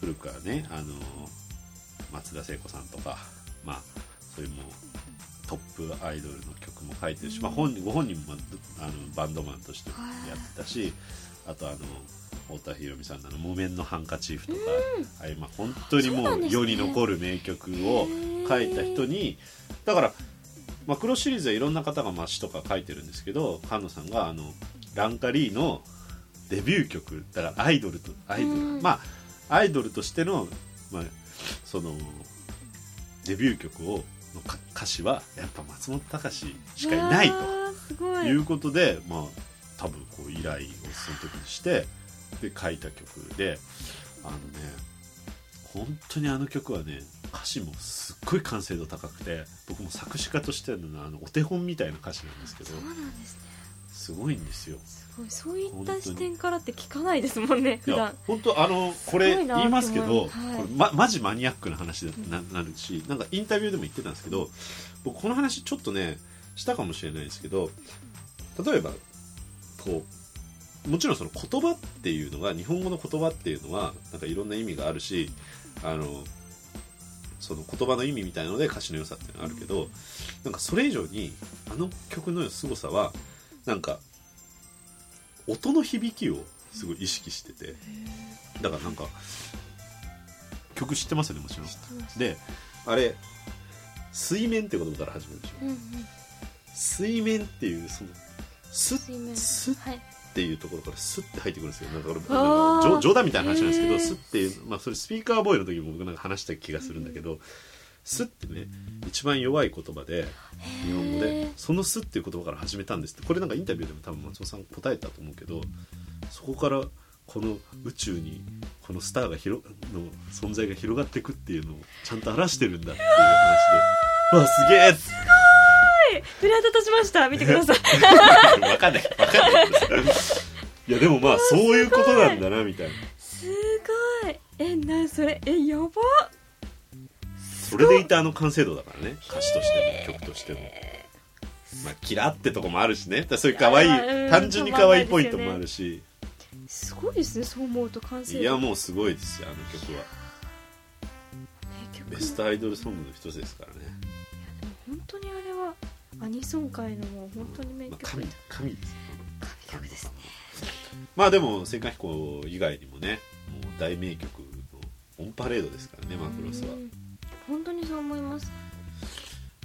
Speaker 1: 古くからね、あのー松田聖子さんとか、まあ、そういうもうトップアイドルの曲も書いてるし、まあ、本人ご本人もあのバンドマンとしてやってたしあとあの太田裕美さんのあの「木綿のハンカチーフ」とか、ああいうまあ本当に
Speaker 2: そうな
Speaker 1: も
Speaker 2: んで
Speaker 1: う
Speaker 2: すね
Speaker 1: 世に残る名曲を書いた人にだからマクロシリーズはいろんな方がまあ詩とか書いてるんですけど菅野さんがあのランカリーのデビュー曲だからアイドルとアイドル、
Speaker 2: うん
Speaker 1: まあアイドルとしての,、まあ、そのデビュー曲をの歌歌詞はやっぱ松本隆しかいないと
Speaker 2: わーすごい
Speaker 1: いうことで、まあ、多分こう依頼をその時にしてで書いた曲であのね本当にあの曲はね歌詞もすっごい完成度高くて僕も作詞家としてのあのお手本みたいな歌詞なんですけど
Speaker 2: そうなんですね
Speaker 1: すごいんですよ。
Speaker 2: すごいそういっ
Speaker 1: 本当
Speaker 2: た
Speaker 1: に
Speaker 2: 視点からって聞かないですもんね
Speaker 1: い
Speaker 2: 普
Speaker 1: や
Speaker 2: 段
Speaker 1: 本当あのこれ
Speaker 2: すごいな
Speaker 1: 言いますけ
Speaker 2: って思い
Speaker 1: ど
Speaker 2: ますはい
Speaker 1: これ、ま、マジマニアックな話だななるしなんかインタビューでも言ってたんですけど僕この話ちょっとねしたかもしれないですけど例えばこうもちろんその言葉っていうのが日本語の言葉っていうのはなんかいろんな意味があるしあのその言葉の意味みたいので歌詞の良さっていうのがあるけどなんかそれ以上にあの曲の凄さはなんか音の響きをすごい意識しててだからなんか曲知ってますよねもちろん
Speaker 2: 知ってます
Speaker 1: であれ水面って言葉から始めるでしょ
Speaker 2: うんうん
Speaker 1: 水面っていうそのス
Speaker 2: 水面
Speaker 1: ッスッ
Speaker 2: はい
Speaker 1: っていうところからスッて入ってくるんですよなんか俺
Speaker 2: あー
Speaker 1: なんか冗冗談みたいな話なんですけ
Speaker 2: へ
Speaker 1: ど
Speaker 2: ー
Speaker 1: スッていう、まあ、それスピーカーボーイの時も僕なんか話した気がするんだけどスッってね一番弱い言葉で日本語
Speaker 2: へ
Speaker 1: で
Speaker 2: ー
Speaker 1: その「す」っていう言葉から始めたんですってこれなんかインタビューでも多分松本さん答えたと思うけどそこからこの宇宙にこのスターが広の存在が広がっていくっていうのをちゃんと表してるんだっていう話で「わすげえ!」
Speaker 2: フライト立ちま
Speaker 1: <laughs>
Speaker 2: した見てください
Speaker 1: わかんないわかんないいやでもまあそういうことなんだなみたいな
Speaker 2: すごいえなそれえやば
Speaker 1: それでいたあの完成度だからね歌詞としても曲としても。まあ、キラってとこもあるしねだからそういう可愛
Speaker 2: いやう
Speaker 1: い
Speaker 2: ん
Speaker 1: 単純に可愛いポイントもあるし、
Speaker 2: すごいですねそう思うと完成
Speaker 1: いやもうすごいですよあの曲は
Speaker 2: 名曲
Speaker 1: ベストアイドルソングの一つですからね、
Speaker 2: 本当にあれはアニソン界のもう本当に名
Speaker 1: まあ、
Speaker 2: 曲
Speaker 1: 神神ですよ
Speaker 2: 神曲ですね
Speaker 1: まあでも青函飛行以外にもねもう大名曲のオンパレードですからねマクロスは、
Speaker 2: うん本当にそう思います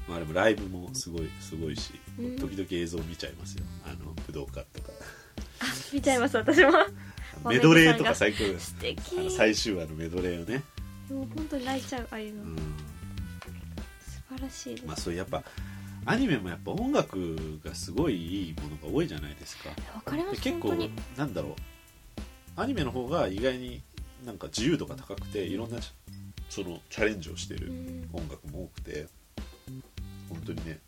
Speaker 1: まあ、でもライブもすごいすごいし
Speaker 2: うん
Speaker 1: 時々映像見ちゃいますよあの武道館とか <laughs>
Speaker 2: 見ちゃいます私も
Speaker 1: メドレーとか最高です
Speaker 2: 素敵
Speaker 1: あの最終話のメドレーをね、
Speaker 2: でも本当に泣いちゃうああいう
Speaker 1: う
Speaker 2: の
Speaker 1: ん、
Speaker 2: 素晴らしいです
Speaker 1: ま
Speaker 2: わ
Speaker 1: あそういうやっぱアニメもやっぱ音楽がすごいいいものが多いじゃないですか
Speaker 2: かりま
Speaker 1: です結
Speaker 2: 本
Speaker 1: 構
Speaker 2: 当に
Speaker 1: なんだろうアニメの方が意外になんか自由度が高くていろんなちそのチャレンジをして
Speaker 2: う
Speaker 1: る
Speaker 2: ん
Speaker 1: 音楽も多くて本当にね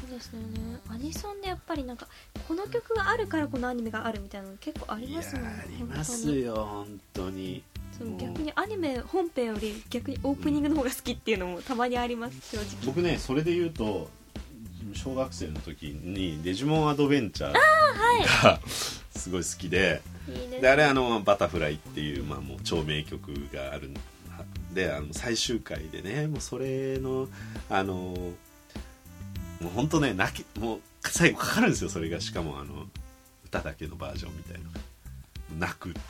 Speaker 2: そうですよねアニソンでやっぱりなんかこの曲があるからこのアニメがあるみたいなの結構ありますもん
Speaker 1: い
Speaker 2: ね
Speaker 1: やあり
Speaker 2: 本当
Speaker 1: ます
Speaker 2: に
Speaker 1: よ本当に
Speaker 2: そ
Speaker 1: も
Speaker 2: の
Speaker 1: う
Speaker 2: 逆にアニメ本編より逆にオープニングの方が好きっていうのもたまにあります正直
Speaker 1: 僕ねそれで言うと小学生の時に「デジモンアドベンチャー」がすごい好きで
Speaker 2: いいね
Speaker 1: であれあの「バタフライ」っていう,、まあ、もう超名曲があるんであの最終回でねもうそれのあのもう本当ね泣きもう最後かかるんですよそれがしかもあの歌だけのバージョンみたいな泣くって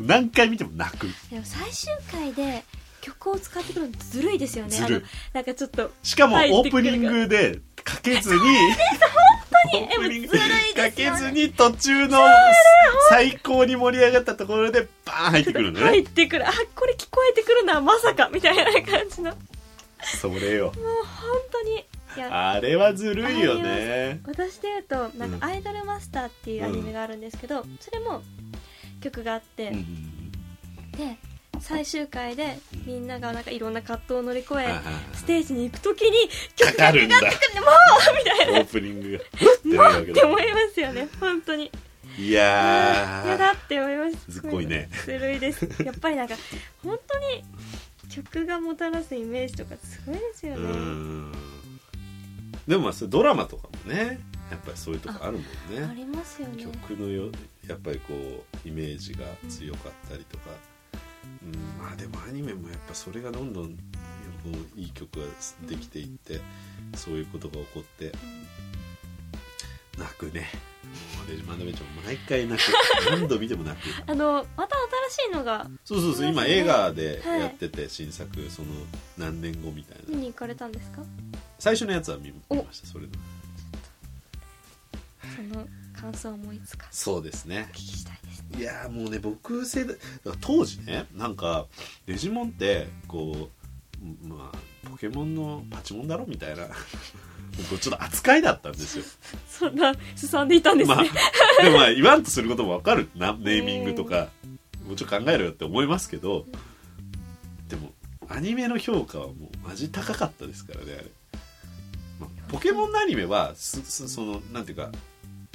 Speaker 1: 何回見ても泣く
Speaker 2: でも最終回で曲を使ってくるのずるいですよね
Speaker 1: ずるい
Speaker 2: あのなんかちょっと
Speaker 1: しかも
Speaker 2: 入っ
Speaker 1: オ
Speaker 2: て
Speaker 1: ー
Speaker 2: く
Speaker 1: プ
Speaker 2: る
Speaker 1: ニングでか
Speaker 2: <laughs>
Speaker 1: けずに
Speaker 2: 当に
Speaker 1: <laughs> オープニング
Speaker 2: えもうずるい
Speaker 1: か
Speaker 2: ですよ
Speaker 1: け
Speaker 2: ね
Speaker 1: ずに途中の最高に盛り上がったところでバーン入ってくるの
Speaker 2: 入
Speaker 1: ね
Speaker 2: ってくるあこれ聞こえてくるのはまさかみたいな感じのもう
Speaker 1: それよ
Speaker 2: 本当にいや
Speaker 1: あれはずるいよね
Speaker 2: 私で言うとなん
Speaker 1: うん
Speaker 2: か「アイドルマスター」っていうアニメがあるんですけど、それも曲があって、
Speaker 1: うん
Speaker 2: で最終回でみんながなんかいろんな葛藤を乗り越え
Speaker 1: ああ
Speaker 2: ステージに行く時に曲
Speaker 1: かか
Speaker 2: が
Speaker 1: るんだ
Speaker 2: もうみたい
Speaker 1: オ
Speaker 2: な
Speaker 1: ープニングが
Speaker 2: <laughs>
Speaker 1: う
Speaker 2: っ
Speaker 1: っ
Speaker 2: てて
Speaker 1: なるわ
Speaker 2: 思いますよ
Speaker 1: <laughs>
Speaker 2: ね本当に
Speaker 1: けだい
Speaker 2: や
Speaker 1: や
Speaker 2: だって思います
Speaker 1: ずっこいね
Speaker 2: ずるいですやっぱりなんか本当に曲がもたらすイメージとかすごいですよ
Speaker 1: ーう
Speaker 2: ね、
Speaker 1: んでもまあそれドラマとかもねやっぱりそういうとこあるもんね
Speaker 2: ありますよね
Speaker 1: 曲のよやっぱりこうイメージが強かったりとか、うんまあでもアニメもやっぱそれがどんどんこういい曲ができていって、そういうことが起こって泣くねもうデジマンドベンチャーも毎回泣 <laughs> く何度見ても泣く
Speaker 2: あのまた新しいのが
Speaker 1: そうそうそう、
Speaker 2: そうですね
Speaker 1: 今映画でやってて新作その何年後みたい
Speaker 2: 見
Speaker 1: な
Speaker 2: に行かれたんですか
Speaker 1: 最初のやつは見見ましたそれの
Speaker 2: その感想もいつか
Speaker 1: そうですね
Speaker 2: お聞きしたいですね
Speaker 1: いやーもうね僕世代当時ねなんかデジモンってこうまあポケモンのパチモンだろみたいな <laughs> こうちょっと扱いだったんですよ
Speaker 2: そんな進んでいたんですね、
Speaker 1: まあでもまあ言わんとすることもわかるなネーミングとかもうちょっと考えろよって思いますけどでもアニメの評価はもうマジ高かったですからねあれ、まあポケモンのアニメはすすそのなんていうか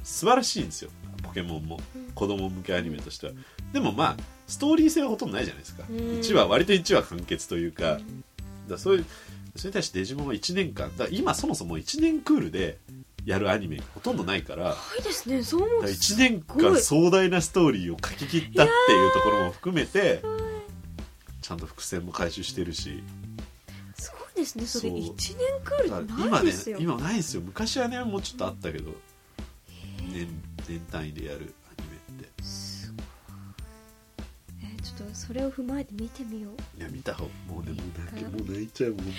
Speaker 1: 素晴らしいんですよポケモンも
Speaker 2: うん
Speaker 1: 子供向けアニメとしてはでもまあストーリー性はほとんどないじゃないですか
Speaker 2: うん
Speaker 1: 1話割と1話完結というかだ
Speaker 2: う
Speaker 1: か
Speaker 2: ん
Speaker 1: らそういうそれに対してデジモンは1年間だから今そもそも1年クールでやるアニメがほとんどないから
Speaker 2: いいですねそう思うと
Speaker 1: 1年間壮大なストーリーを書き切ったっていうところも含めてちゃんと伏線も回収してるし
Speaker 2: すごいですねそれ
Speaker 1: そう
Speaker 2: 1年クールってな
Speaker 1: 今
Speaker 2: いで
Speaker 1: ね
Speaker 2: すよ
Speaker 1: 今ないんですよ昔はねもうちょっとあったけど年年単位でやるアニメって
Speaker 2: すごいえちょっとそれを踏まえて見てみよう
Speaker 1: いや見た方もうねもう泣
Speaker 2: う
Speaker 1: け
Speaker 2: ん
Speaker 1: もう泣いちゃう本
Speaker 2: <laughs>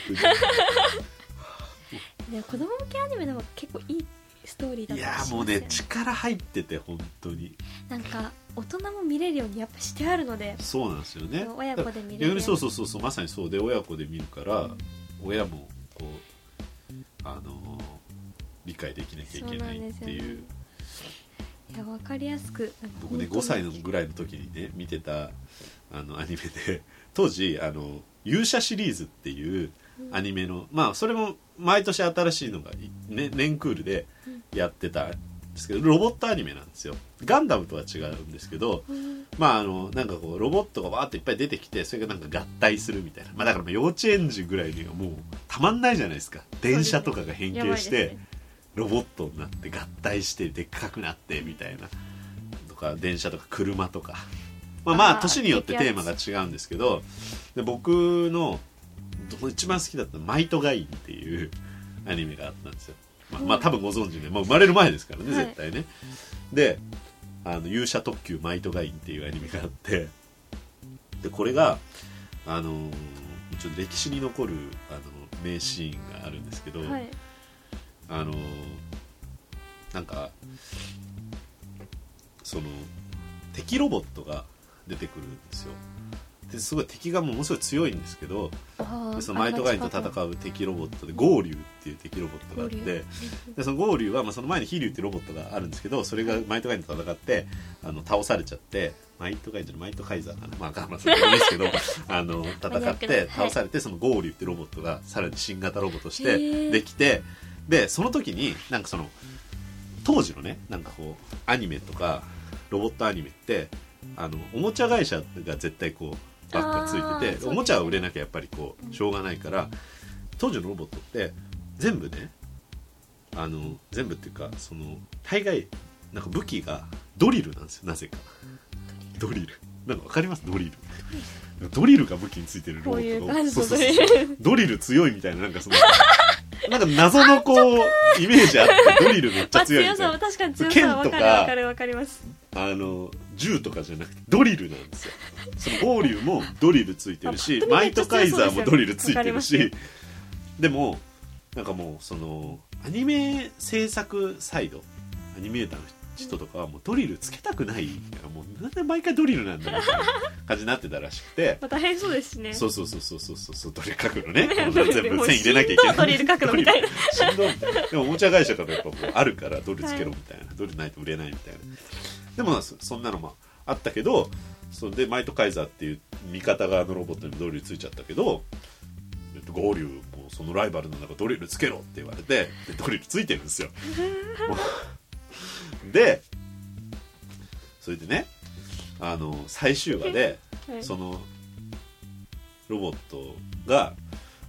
Speaker 2: ね子供向けアニメでも結構いいストーリー
Speaker 1: 当
Speaker 2: だっ
Speaker 1: にいや
Speaker 2: たり
Speaker 1: ー
Speaker 2: し
Speaker 1: も
Speaker 2: ま
Speaker 1: う
Speaker 2: すよ
Speaker 1: ね力入ってて本当に
Speaker 2: なんか大人も見れるようにやっぱしてあるので
Speaker 1: そうなんですよね
Speaker 2: そう親子で見れる
Speaker 1: 逆にそうそうそうそうまさにそうで親子で見るから親もこうあのー理解できなきゃいけないって
Speaker 2: そうなんです
Speaker 1: い
Speaker 2: よ
Speaker 1: う
Speaker 2: ねいや分かりやすくなんか
Speaker 1: 僕
Speaker 2: 本
Speaker 1: ね
Speaker 2: 当に
Speaker 1: 5歳のぐらいの時にね見てたあのアニメで <laughs> 当時あの勇者シリーズっていうアニメの、まあそれも毎年新しいのが、ね、年クールでやってたんですけどロボットアニメなんですよガンダムとは違うんですけど、まああのなんかこうロボットがわーっといっぱい出てきてそれがなんか合体するみたいな、まあ、だからもう幼稚園児ぐらいにはもうたまんないじゃないですか電車とかが変
Speaker 2: やば
Speaker 1: 形
Speaker 2: いで
Speaker 1: し
Speaker 2: す
Speaker 1: て、
Speaker 2: ね
Speaker 1: ロボットになって合体してでっかくなってみたいなとか電車とか車とかまあまあ
Speaker 2: あー
Speaker 1: 年によってテーマが違うんですけどで僕の一番好きだった「マイトガイン」っていうアニメがあったんですよまあ、まあ多分ご存知で、まあ、生まれる前ですからね
Speaker 2: はい
Speaker 1: 絶対ね、であの勇者特急マイトガインっていうアニメがあってでこれがあのーちょっと歴史に残るあの名シーンがあるんですけど、
Speaker 2: はい
Speaker 1: あのーなんかその敵ロボットが出てくるんですよですごい敵がものすごい強いんですけど
Speaker 2: あ
Speaker 1: で
Speaker 2: あ
Speaker 1: そのマイトガインと戦う敵ロボットでゴーリュウっていう敵ロボットがあって
Speaker 2: ゴーリュ
Speaker 1: でそのゴーリュウは、まあ、その前にヒリュウってロボットがあるんですけどそれがマイトガインと戦ってあの倒されちゃってマイトガインじゃないマイトカイザーかなまあガンマさんいいで
Speaker 2: <laughs>
Speaker 1: すけどあの戦
Speaker 2: マニア
Speaker 1: っ
Speaker 2: ックなは
Speaker 1: て
Speaker 2: い
Speaker 1: 倒されてそのゴーリュウってロボットがさらに新型ロボットとし
Speaker 2: へ
Speaker 1: て
Speaker 2: ー
Speaker 1: できてでその時になんかその当時のねなんかこうアニメとかロボットアニメってあのおもちゃ会社が絶対こうバッグが
Speaker 2: あー
Speaker 1: ついて
Speaker 2: そうだ
Speaker 1: てお
Speaker 2: ね
Speaker 1: もちゃは売れなきゃやっぱりこうしょうがないから当時のロボットって全部ねあの全部っていうかその大概なんか武器がドリルなんですよなぜかドリルなんかわかりますドリルドリルが武器についてるロ
Speaker 2: こ
Speaker 1: ボ
Speaker 2: うい
Speaker 1: ッ
Speaker 2: う
Speaker 1: ト
Speaker 2: 感じ
Speaker 1: そう
Speaker 2: の
Speaker 1: そう
Speaker 2: ド
Speaker 1: そ
Speaker 2: リ
Speaker 1: う
Speaker 2: ル
Speaker 1: ドリル強いみたいななんかそのなんか謎のこうイメージあってドリルめっち
Speaker 2: ま
Speaker 1: ゃ
Speaker 2: あ
Speaker 1: 強いみ
Speaker 2: 強さは
Speaker 1: たいな
Speaker 2: 確かに強さは分かる分かる分かります
Speaker 1: あの銃とかじゃなくてドリルなんですよその合流もドリルついてるし
Speaker 2: あパ
Speaker 1: マ
Speaker 2: ッ
Speaker 1: イ
Speaker 2: と
Speaker 1: ト
Speaker 2: 見
Speaker 1: カ
Speaker 2: めっ
Speaker 1: イ
Speaker 2: ちゃ
Speaker 1: ザ
Speaker 2: 強そうですよね
Speaker 1: ーもドリルついてる
Speaker 2: わかり
Speaker 1: しでもなんかもうそのアニメ制作サイドアニメーターの人とかはもうドリルつけたくないからもうなんで毎回ドリルなんだみたいな感じになってたらしくて
Speaker 2: まあ大変そうですしね
Speaker 1: そうそうそうそうそうそうそうドリル書くの <laughs> ね
Speaker 2: ね
Speaker 1: この全部線入れなきゃいけない
Speaker 2: ドリル書くのみたいな
Speaker 1: しんどいみたいなでもおもちゃ会社からやっぱこうあるからどれつけろみたいな、どれないと売れないみたいなでもまあそそんなのもあったけどそれでマイトカイザーっていう味方側のロボットにもドリルついちゃったけどえっと合流もうそのライバルの中ドリルつけろって言われてでドリルついてるん <laughs> ですよもうでそれでねあの最終話で
Speaker 2: はい
Speaker 1: そのロボットが、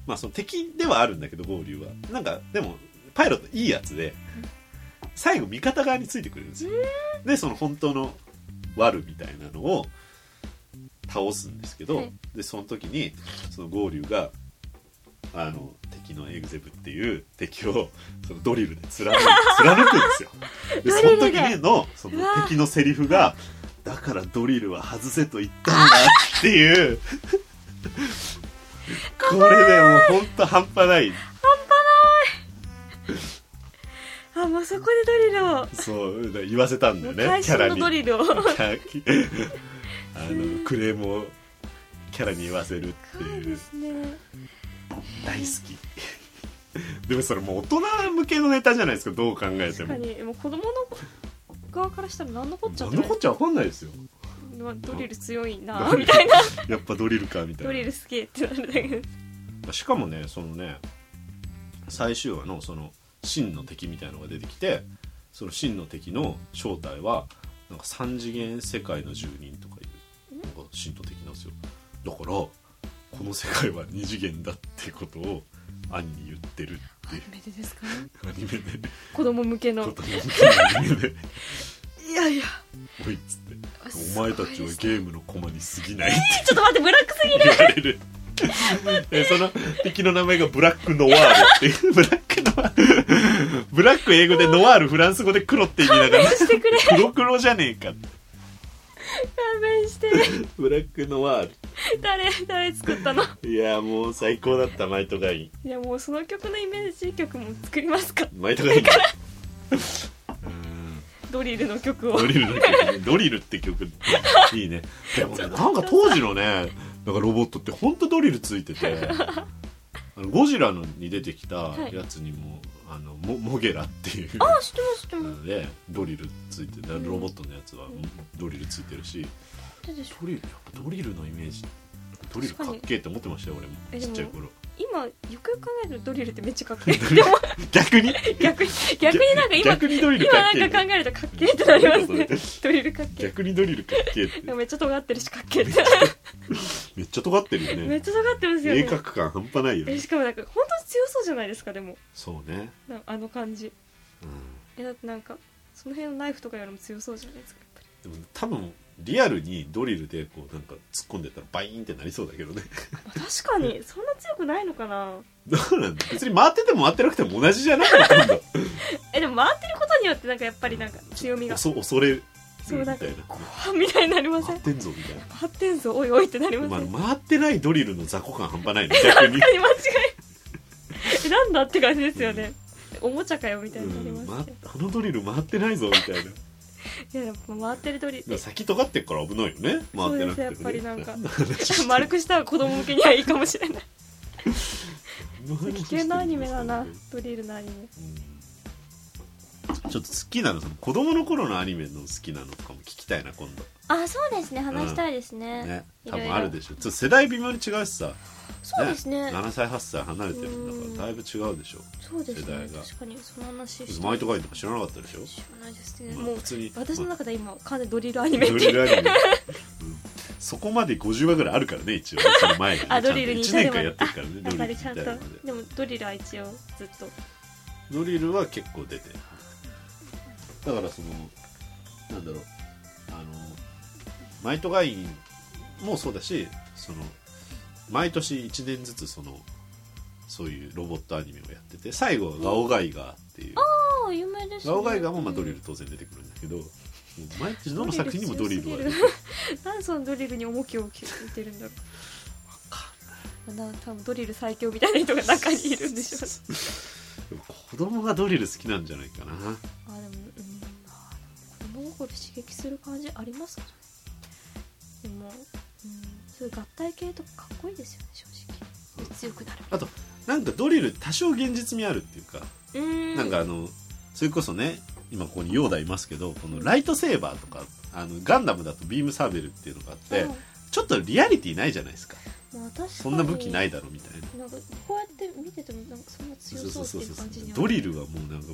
Speaker 1: まあ、その敵ではあるんだけど合流はなんかでもパイロットいいやつで最後味方側についてくれるんですよでその本当の悪みたいなのを倒すんですけど、
Speaker 2: はい
Speaker 1: でその時にその合流があの敵のエグゼブっていう敵をそのドリルで貫く貫
Speaker 2: <laughs>
Speaker 1: くんですよで
Speaker 2: ド
Speaker 1: そ
Speaker 2: リ
Speaker 1: の
Speaker 2: ル
Speaker 1: 時
Speaker 2: で
Speaker 1: にのそうの
Speaker 2: わー
Speaker 1: 敵のセリフが「だからドリルは外せと言ったんだ」っていうこれねもうほんと半端ない
Speaker 2: あもうそこでドリルを
Speaker 1: そう言わせたん
Speaker 2: も
Speaker 1: だよ
Speaker 2: う
Speaker 1: ね
Speaker 2: 会
Speaker 1: キャ
Speaker 2: 社
Speaker 1: ラ
Speaker 2: の
Speaker 1: に
Speaker 2: ドリルを
Speaker 1: キャあのクレームをキャラに言わせるって
Speaker 2: 怖い
Speaker 1: い
Speaker 2: で
Speaker 1: う
Speaker 2: すね
Speaker 1: 大好きでもそれもう大人向けのネタじゃないですかどう考えて
Speaker 2: 確か
Speaker 1: も
Speaker 2: にもう子供の側からしたら何のこっちゃって
Speaker 1: 何のこっちゃ分かんないですよ
Speaker 2: まあドリル強いな
Speaker 1: ド
Speaker 2: み
Speaker 1: リル
Speaker 2: たいな
Speaker 1: やっぱドリルかみたい
Speaker 2: ド
Speaker 1: な
Speaker 2: リル好きってなるだけです
Speaker 1: しかもねそのね最終話のその真の敵みたいのが出てきてその真の敵の正体はなんか3次元世界の住人とかいうなんか真の敵なんですよだからこの世界は2次元だってことを兄に言ってるっていう
Speaker 2: 初めてですか
Speaker 1: アニメで
Speaker 2: 子供向けの
Speaker 1: 子供向けのアニメで <laughs>
Speaker 2: いやいや
Speaker 1: 「おい」っつって
Speaker 2: あ
Speaker 1: 「お前たちは
Speaker 2: すごいですね
Speaker 1: ゲームの駒に過ぎない」って
Speaker 2: ちょっと待ってブラックすぎる <laughs>
Speaker 1: 言われるえその敵の名前がブラック・ノワールっていうブラック・ノワールブラック英語でノワールフランス語で黒って意味だから
Speaker 2: してくれ
Speaker 1: 黒黒じゃねえか
Speaker 2: 勘弁して
Speaker 1: ブラック・ノワー
Speaker 2: 誰誰作ったの
Speaker 1: ルいやもう最高だったマイトガイ
Speaker 2: いやもうその曲のイメージ曲も作りますか
Speaker 1: ンマイトガイン
Speaker 2: ドリルの曲を
Speaker 1: <laughs> ドリルの曲ドリルって曲いいねでもねなんか当時のねなんかロボットってほんとドリルついてて <laughs> あのゴジラのに出てきたやつにも、あのモモゲラっていう
Speaker 2: あ知ってます知って
Speaker 1: な
Speaker 2: ま
Speaker 1: のでドリルついてだロボットのやつはドリルついてるし
Speaker 2: すでしょ
Speaker 1: ドリルやっぱドリルのイメージドリルかっけえって思ってましたよ俺も
Speaker 2: え
Speaker 1: ち
Speaker 2: で
Speaker 1: っ
Speaker 2: も
Speaker 1: ちゃい頃
Speaker 2: 今よくよく考えるとドリルってめっちゃかっけえでも
Speaker 1: <laughs> 逆に
Speaker 2: 逆に逆になんか今
Speaker 1: 逆にドリル
Speaker 2: 今
Speaker 1: かっけえ
Speaker 2: なんか考えるとかっけえってなりますねドリルかっけえ
Speaker 1: <laughs> 逆にドリルかっけえって
Speaker 2: でもめっちゃ尖ってるしかっけえって
Speaker 1: めっちゃ尖ってるよ
Speaker 2: めっ
Speaker 1: ね
Speaker 2: ちゃ尖ってますよ
Speaker 1: 鋭
Speaker 2: ね
Speaker 1: 角感半端ないよ
Speaker 2: え
Speaker 1: ね
Speaker 2: しかもなんか本当に強そうじゃないですかでも
Speaker 1: そうね
Speaker 2: なあの感じ
Speaker 1: うん
Speaker 2: えだってなんかその辺のナイフとかよりも強そうじゃないですかやっ
Speaker 1: でも多分リアルにドリルでこうなんか突っ込んでったらバイーンってなりそうだけどね <laughs>
Speaker 2: ぱりまあ確かにそんな強くないのかな
Speaker 1: どうなんだ別に回ってても回ってなくても同じじ
Speaker 2: <laughs>
Speaker 1: ゃないの今度
Speaker 2: えでも回ってることによってなんかやっぱりなんか強みが
Speaker 1: 恐恐れる
Speaker 2: そう
Speaker 1: み
Speaker 2: な
Speaker 1: た
Speaker 2: ん
Speaker 1: い
Speaker 2: か
Speaker 1: な
Speaker 2: 怖っみたいになりませ
Speaker 1: 回
Speaker 2: ん
Speaker 1: ってんぞみたいな
Speaker 2: 発展数おいおいってなりま
Speaker 1: ま
Speaker 2: せん、
Speaker 1: あ、回ってないドリルの雑魚感半端ないね逆
Speaker 2: 確
Speaker 1: に、
Speaker 2: かに間違
Speaker 1: <laughs>
Speaker 2: いえなんだって感じですよねおもちゃかよみたいになり
Speaker 1: うん
Speaker 2: ま
Speaker 1: ます
Speaker 2: けど
Speaker 1: あのドリル回ってないぞみたいなだか
Speaker 2: いややっぱ回ってるドリル
Speaker 1: ら先尖ってっから危ないよね回ってなくても、
Speaker 2: そ
Speaker 1: ね、
Speaker 2: うですやっぱりなん
Speaker 1: <laughs>
Speaker 2: か <laughs>
Speaker 1: 話
Speaker 2: 丸くしたら子供向けにはいいかもしれ
Speaker 1: <laughs>
Speaker 2: ない危険なアニメだなドリルのアニメ
Speaker 1: うんちょっと好きなのその子供の頃のアニメの好きなのとかも聞きたいな今度
Speaker 2: あそうですね話したいですね,、
Speaker 1: ね
Speaker 2: い
Speaker 1: 多
Speaker 2: ろいろ
Speaker 1: 分あるでしょちょっと世代微妙に違うしさ
Speaker 2: そうですね
Speaker 1: 7歳8歳離れてる
Speaker 2: うんん
Speaker 1: だからだいぶ違うでしょ
Speaker 2: そうです
Speaker 1: 世
Speaker 2: ね
Speaker 1: 代が
Speaker 2: 確かにその話
Speaker 1: 別に
Speaker 2: した
Speaker 1: 毎イトガイとか知らなかったでしょ
Speaker 2: 知らないですね、
Speaker 1: まあ
Speaker 2: もう
Speaker 1: 普通に
Speaker 2: 私の中で今完全にドリルアニメって
Speaker 1: ド
Speaker 2: い
Speaker 1: リ
Speaker 2: う
Speaker 1: ルアニメ、うんそこまで50話ぐらいあるからね一応ねその前が、ね、
Speaker 2: あドリルに
Speaker 1: 1
Speaker 2: 至る
Speaker 1: 年
Speaker 2: ま
Speaker 1: 間
Speaker 2: で
Speaker 1: やってるからね
Speaker 2: やっぱりち
Speaker 1: ド
Speaker 2: ゃ
Speaker 1: リ
Speaker 2: ん
Speaker 1: ル
Speaker 2: と
Speaker 1: に至るまで
Speaker 2: でもドリルは一応ずっと
Speaker 1: ドリルは結構出てるだからそのなんだろうあのマイトガインもそうだしその毎年1年ずつそのそういうロボットアニメをやってて最後はガオガイガーっていう、
Speaker 2: ああ有名ですね
Speaker 1: ガオガイガーもまあドリル当然出てくるんだけど、もう毎年どの作品にもドリルは出てくる
Speaker 2: <laughs> 何そのドリルに重きを置いてるんだろうな多分ドリル最強みたいな人が中にいるんでしょうね
Speaker 1: でも子供がドリル好きなんじゃないかな
Speaker 2: あでもうん物心刺激する感じありますかねでも、うん、そういう合体系とかかっこいいですよね正直強くなる
Speaker 1: あとなんかドリル多少現実味あるっていうか
Speaker 2: うん
Speaker 1: なんかあのそれこそね今ここにヨーダいますけどこのライトセーバーとかあのガンダムだとビームサーベルっていうのがあって、
Speaker 2: うん
Speaker 1: ちょっとリアリティないじゃないですか
Speaker 2: まあ、確かに
Speaker 1: そんな武器ないだろみたいな
Speaker 2: なんかこうやって見ててもなんかそんな強そうっていう感じには
Speaker 1: ドリルはもうなんかもう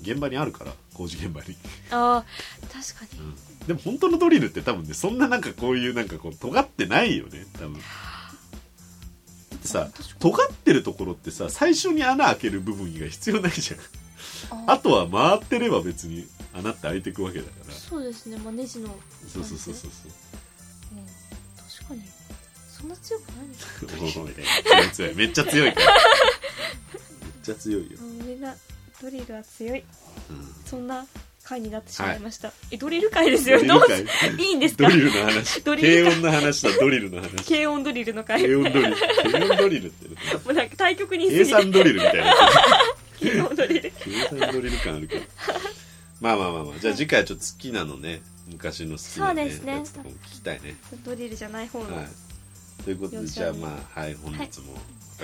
Speaker 1: 現場にあるから工事現場に、
Speaker 2: ああ確か
Speaker 1: う
Speaker 2: に、
Speaker 1: ん、でも本当のドリルって多分ねそんななんかこういうなんかこう尖ってないよね多分だってさ
Speaker 2: 確かに
Speaker 1: 尖ってるところってさ最初に穴開ける部分以外必要ないじゃん
Speaker 2: あ
Speaker 1: あとは回ってれば別に穴って開いてくわけだから
Speaker 2: そうですね、まあ、ネジの、
Speaker 1: そうそうそうそうそ
Speaker 2: う
Speaker 1: う
Speaker 2: ん、確かにそんな強くないんですよ
Speaker 1: おおみたいな強い強いめっちゃ強いからめっちゃ強いよ
Speaker 2: う、んみんなドリルは強い
Speaker 1: うん
Speaker 2: そんな回になってしまいました、えドリル回ですよどう
Speaker 1: ド
Speaker 2: ぞ
Speaker 1: リル界
Speaker 2: いいんです
Speaker 1: ド
Speaker 2: か
Speaker 1: リルの話
Speaker 2: ドリル
Speaker 1: 軽
Speaker 2: 界
Speaker 1: 音の話とドリルの話
Speaker 2: 軽音ドリルの回
Speaker 1: 軽
Speaker 2: も
Speaker 1: 音ドリル軽音ドリルってね
Speaker 2: うなんか対局に
Speaker 1: 計
Speaker 2: すぎ
Speaker 1: 算ドリルみたいな
Speaker 2: て軽音ドリル
Speaker 1: 計算ドリル感あるけどまあまあまあまあじゃあ次回はちょっと好きなのね昔の好きな、ね、
Speaker 2: そうですね
Speaker 1: やつとかも聞きたいね
Speaker 2: ドリルじゃない方の、は
Speaker 1: はいいということでじゃあまあはい本日も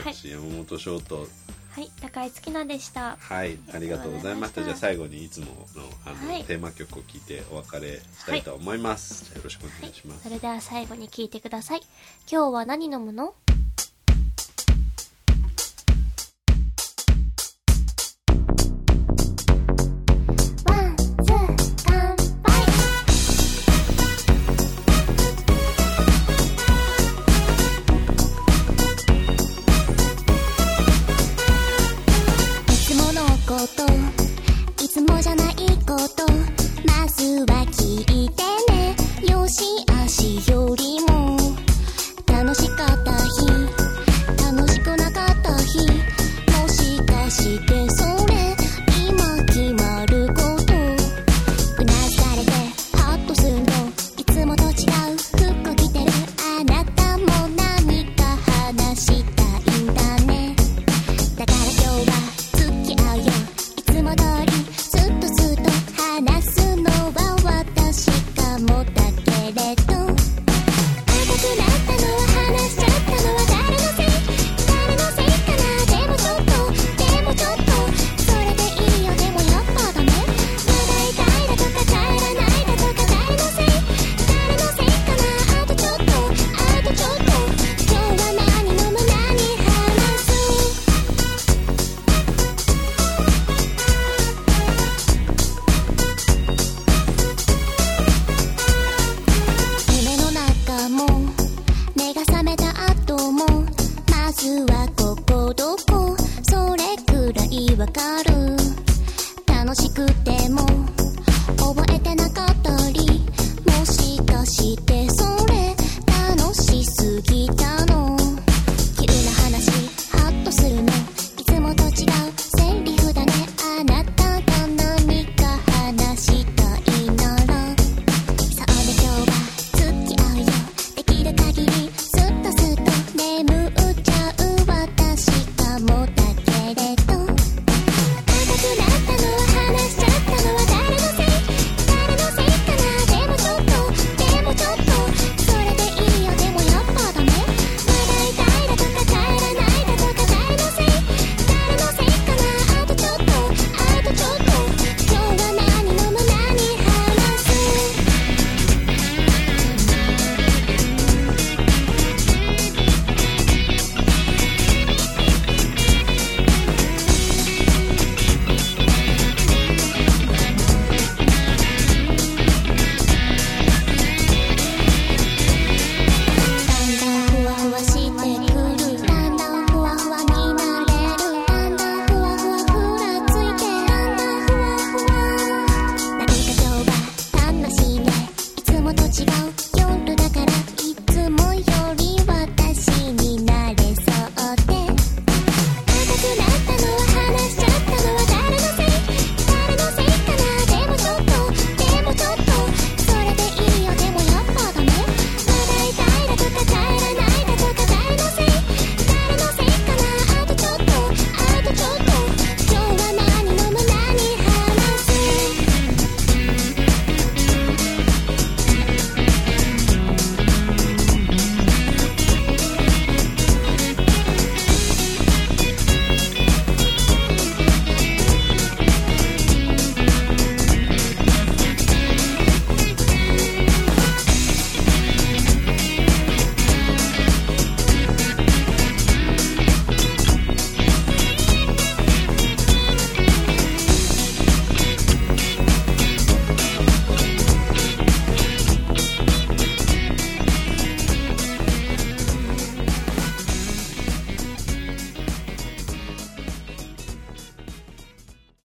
Speaker 2: はい
Speaker 1: 私山本翔と
Speaker 2: 高井月菜でした
Speaker 1: はい、ありがとうございました。
Speaker 2: あり
Speaker 1: じゃ
Speaker 2: がとうございました
Speaker 1: あ最後にいつものあの、
Speaker 2: はい
Speaker 1: テーマ曲を聞いてお別れしたいと思います。じゃあよろしくお願いします。
Speaker 3: それでは最後に聞いてください今日は何飲むの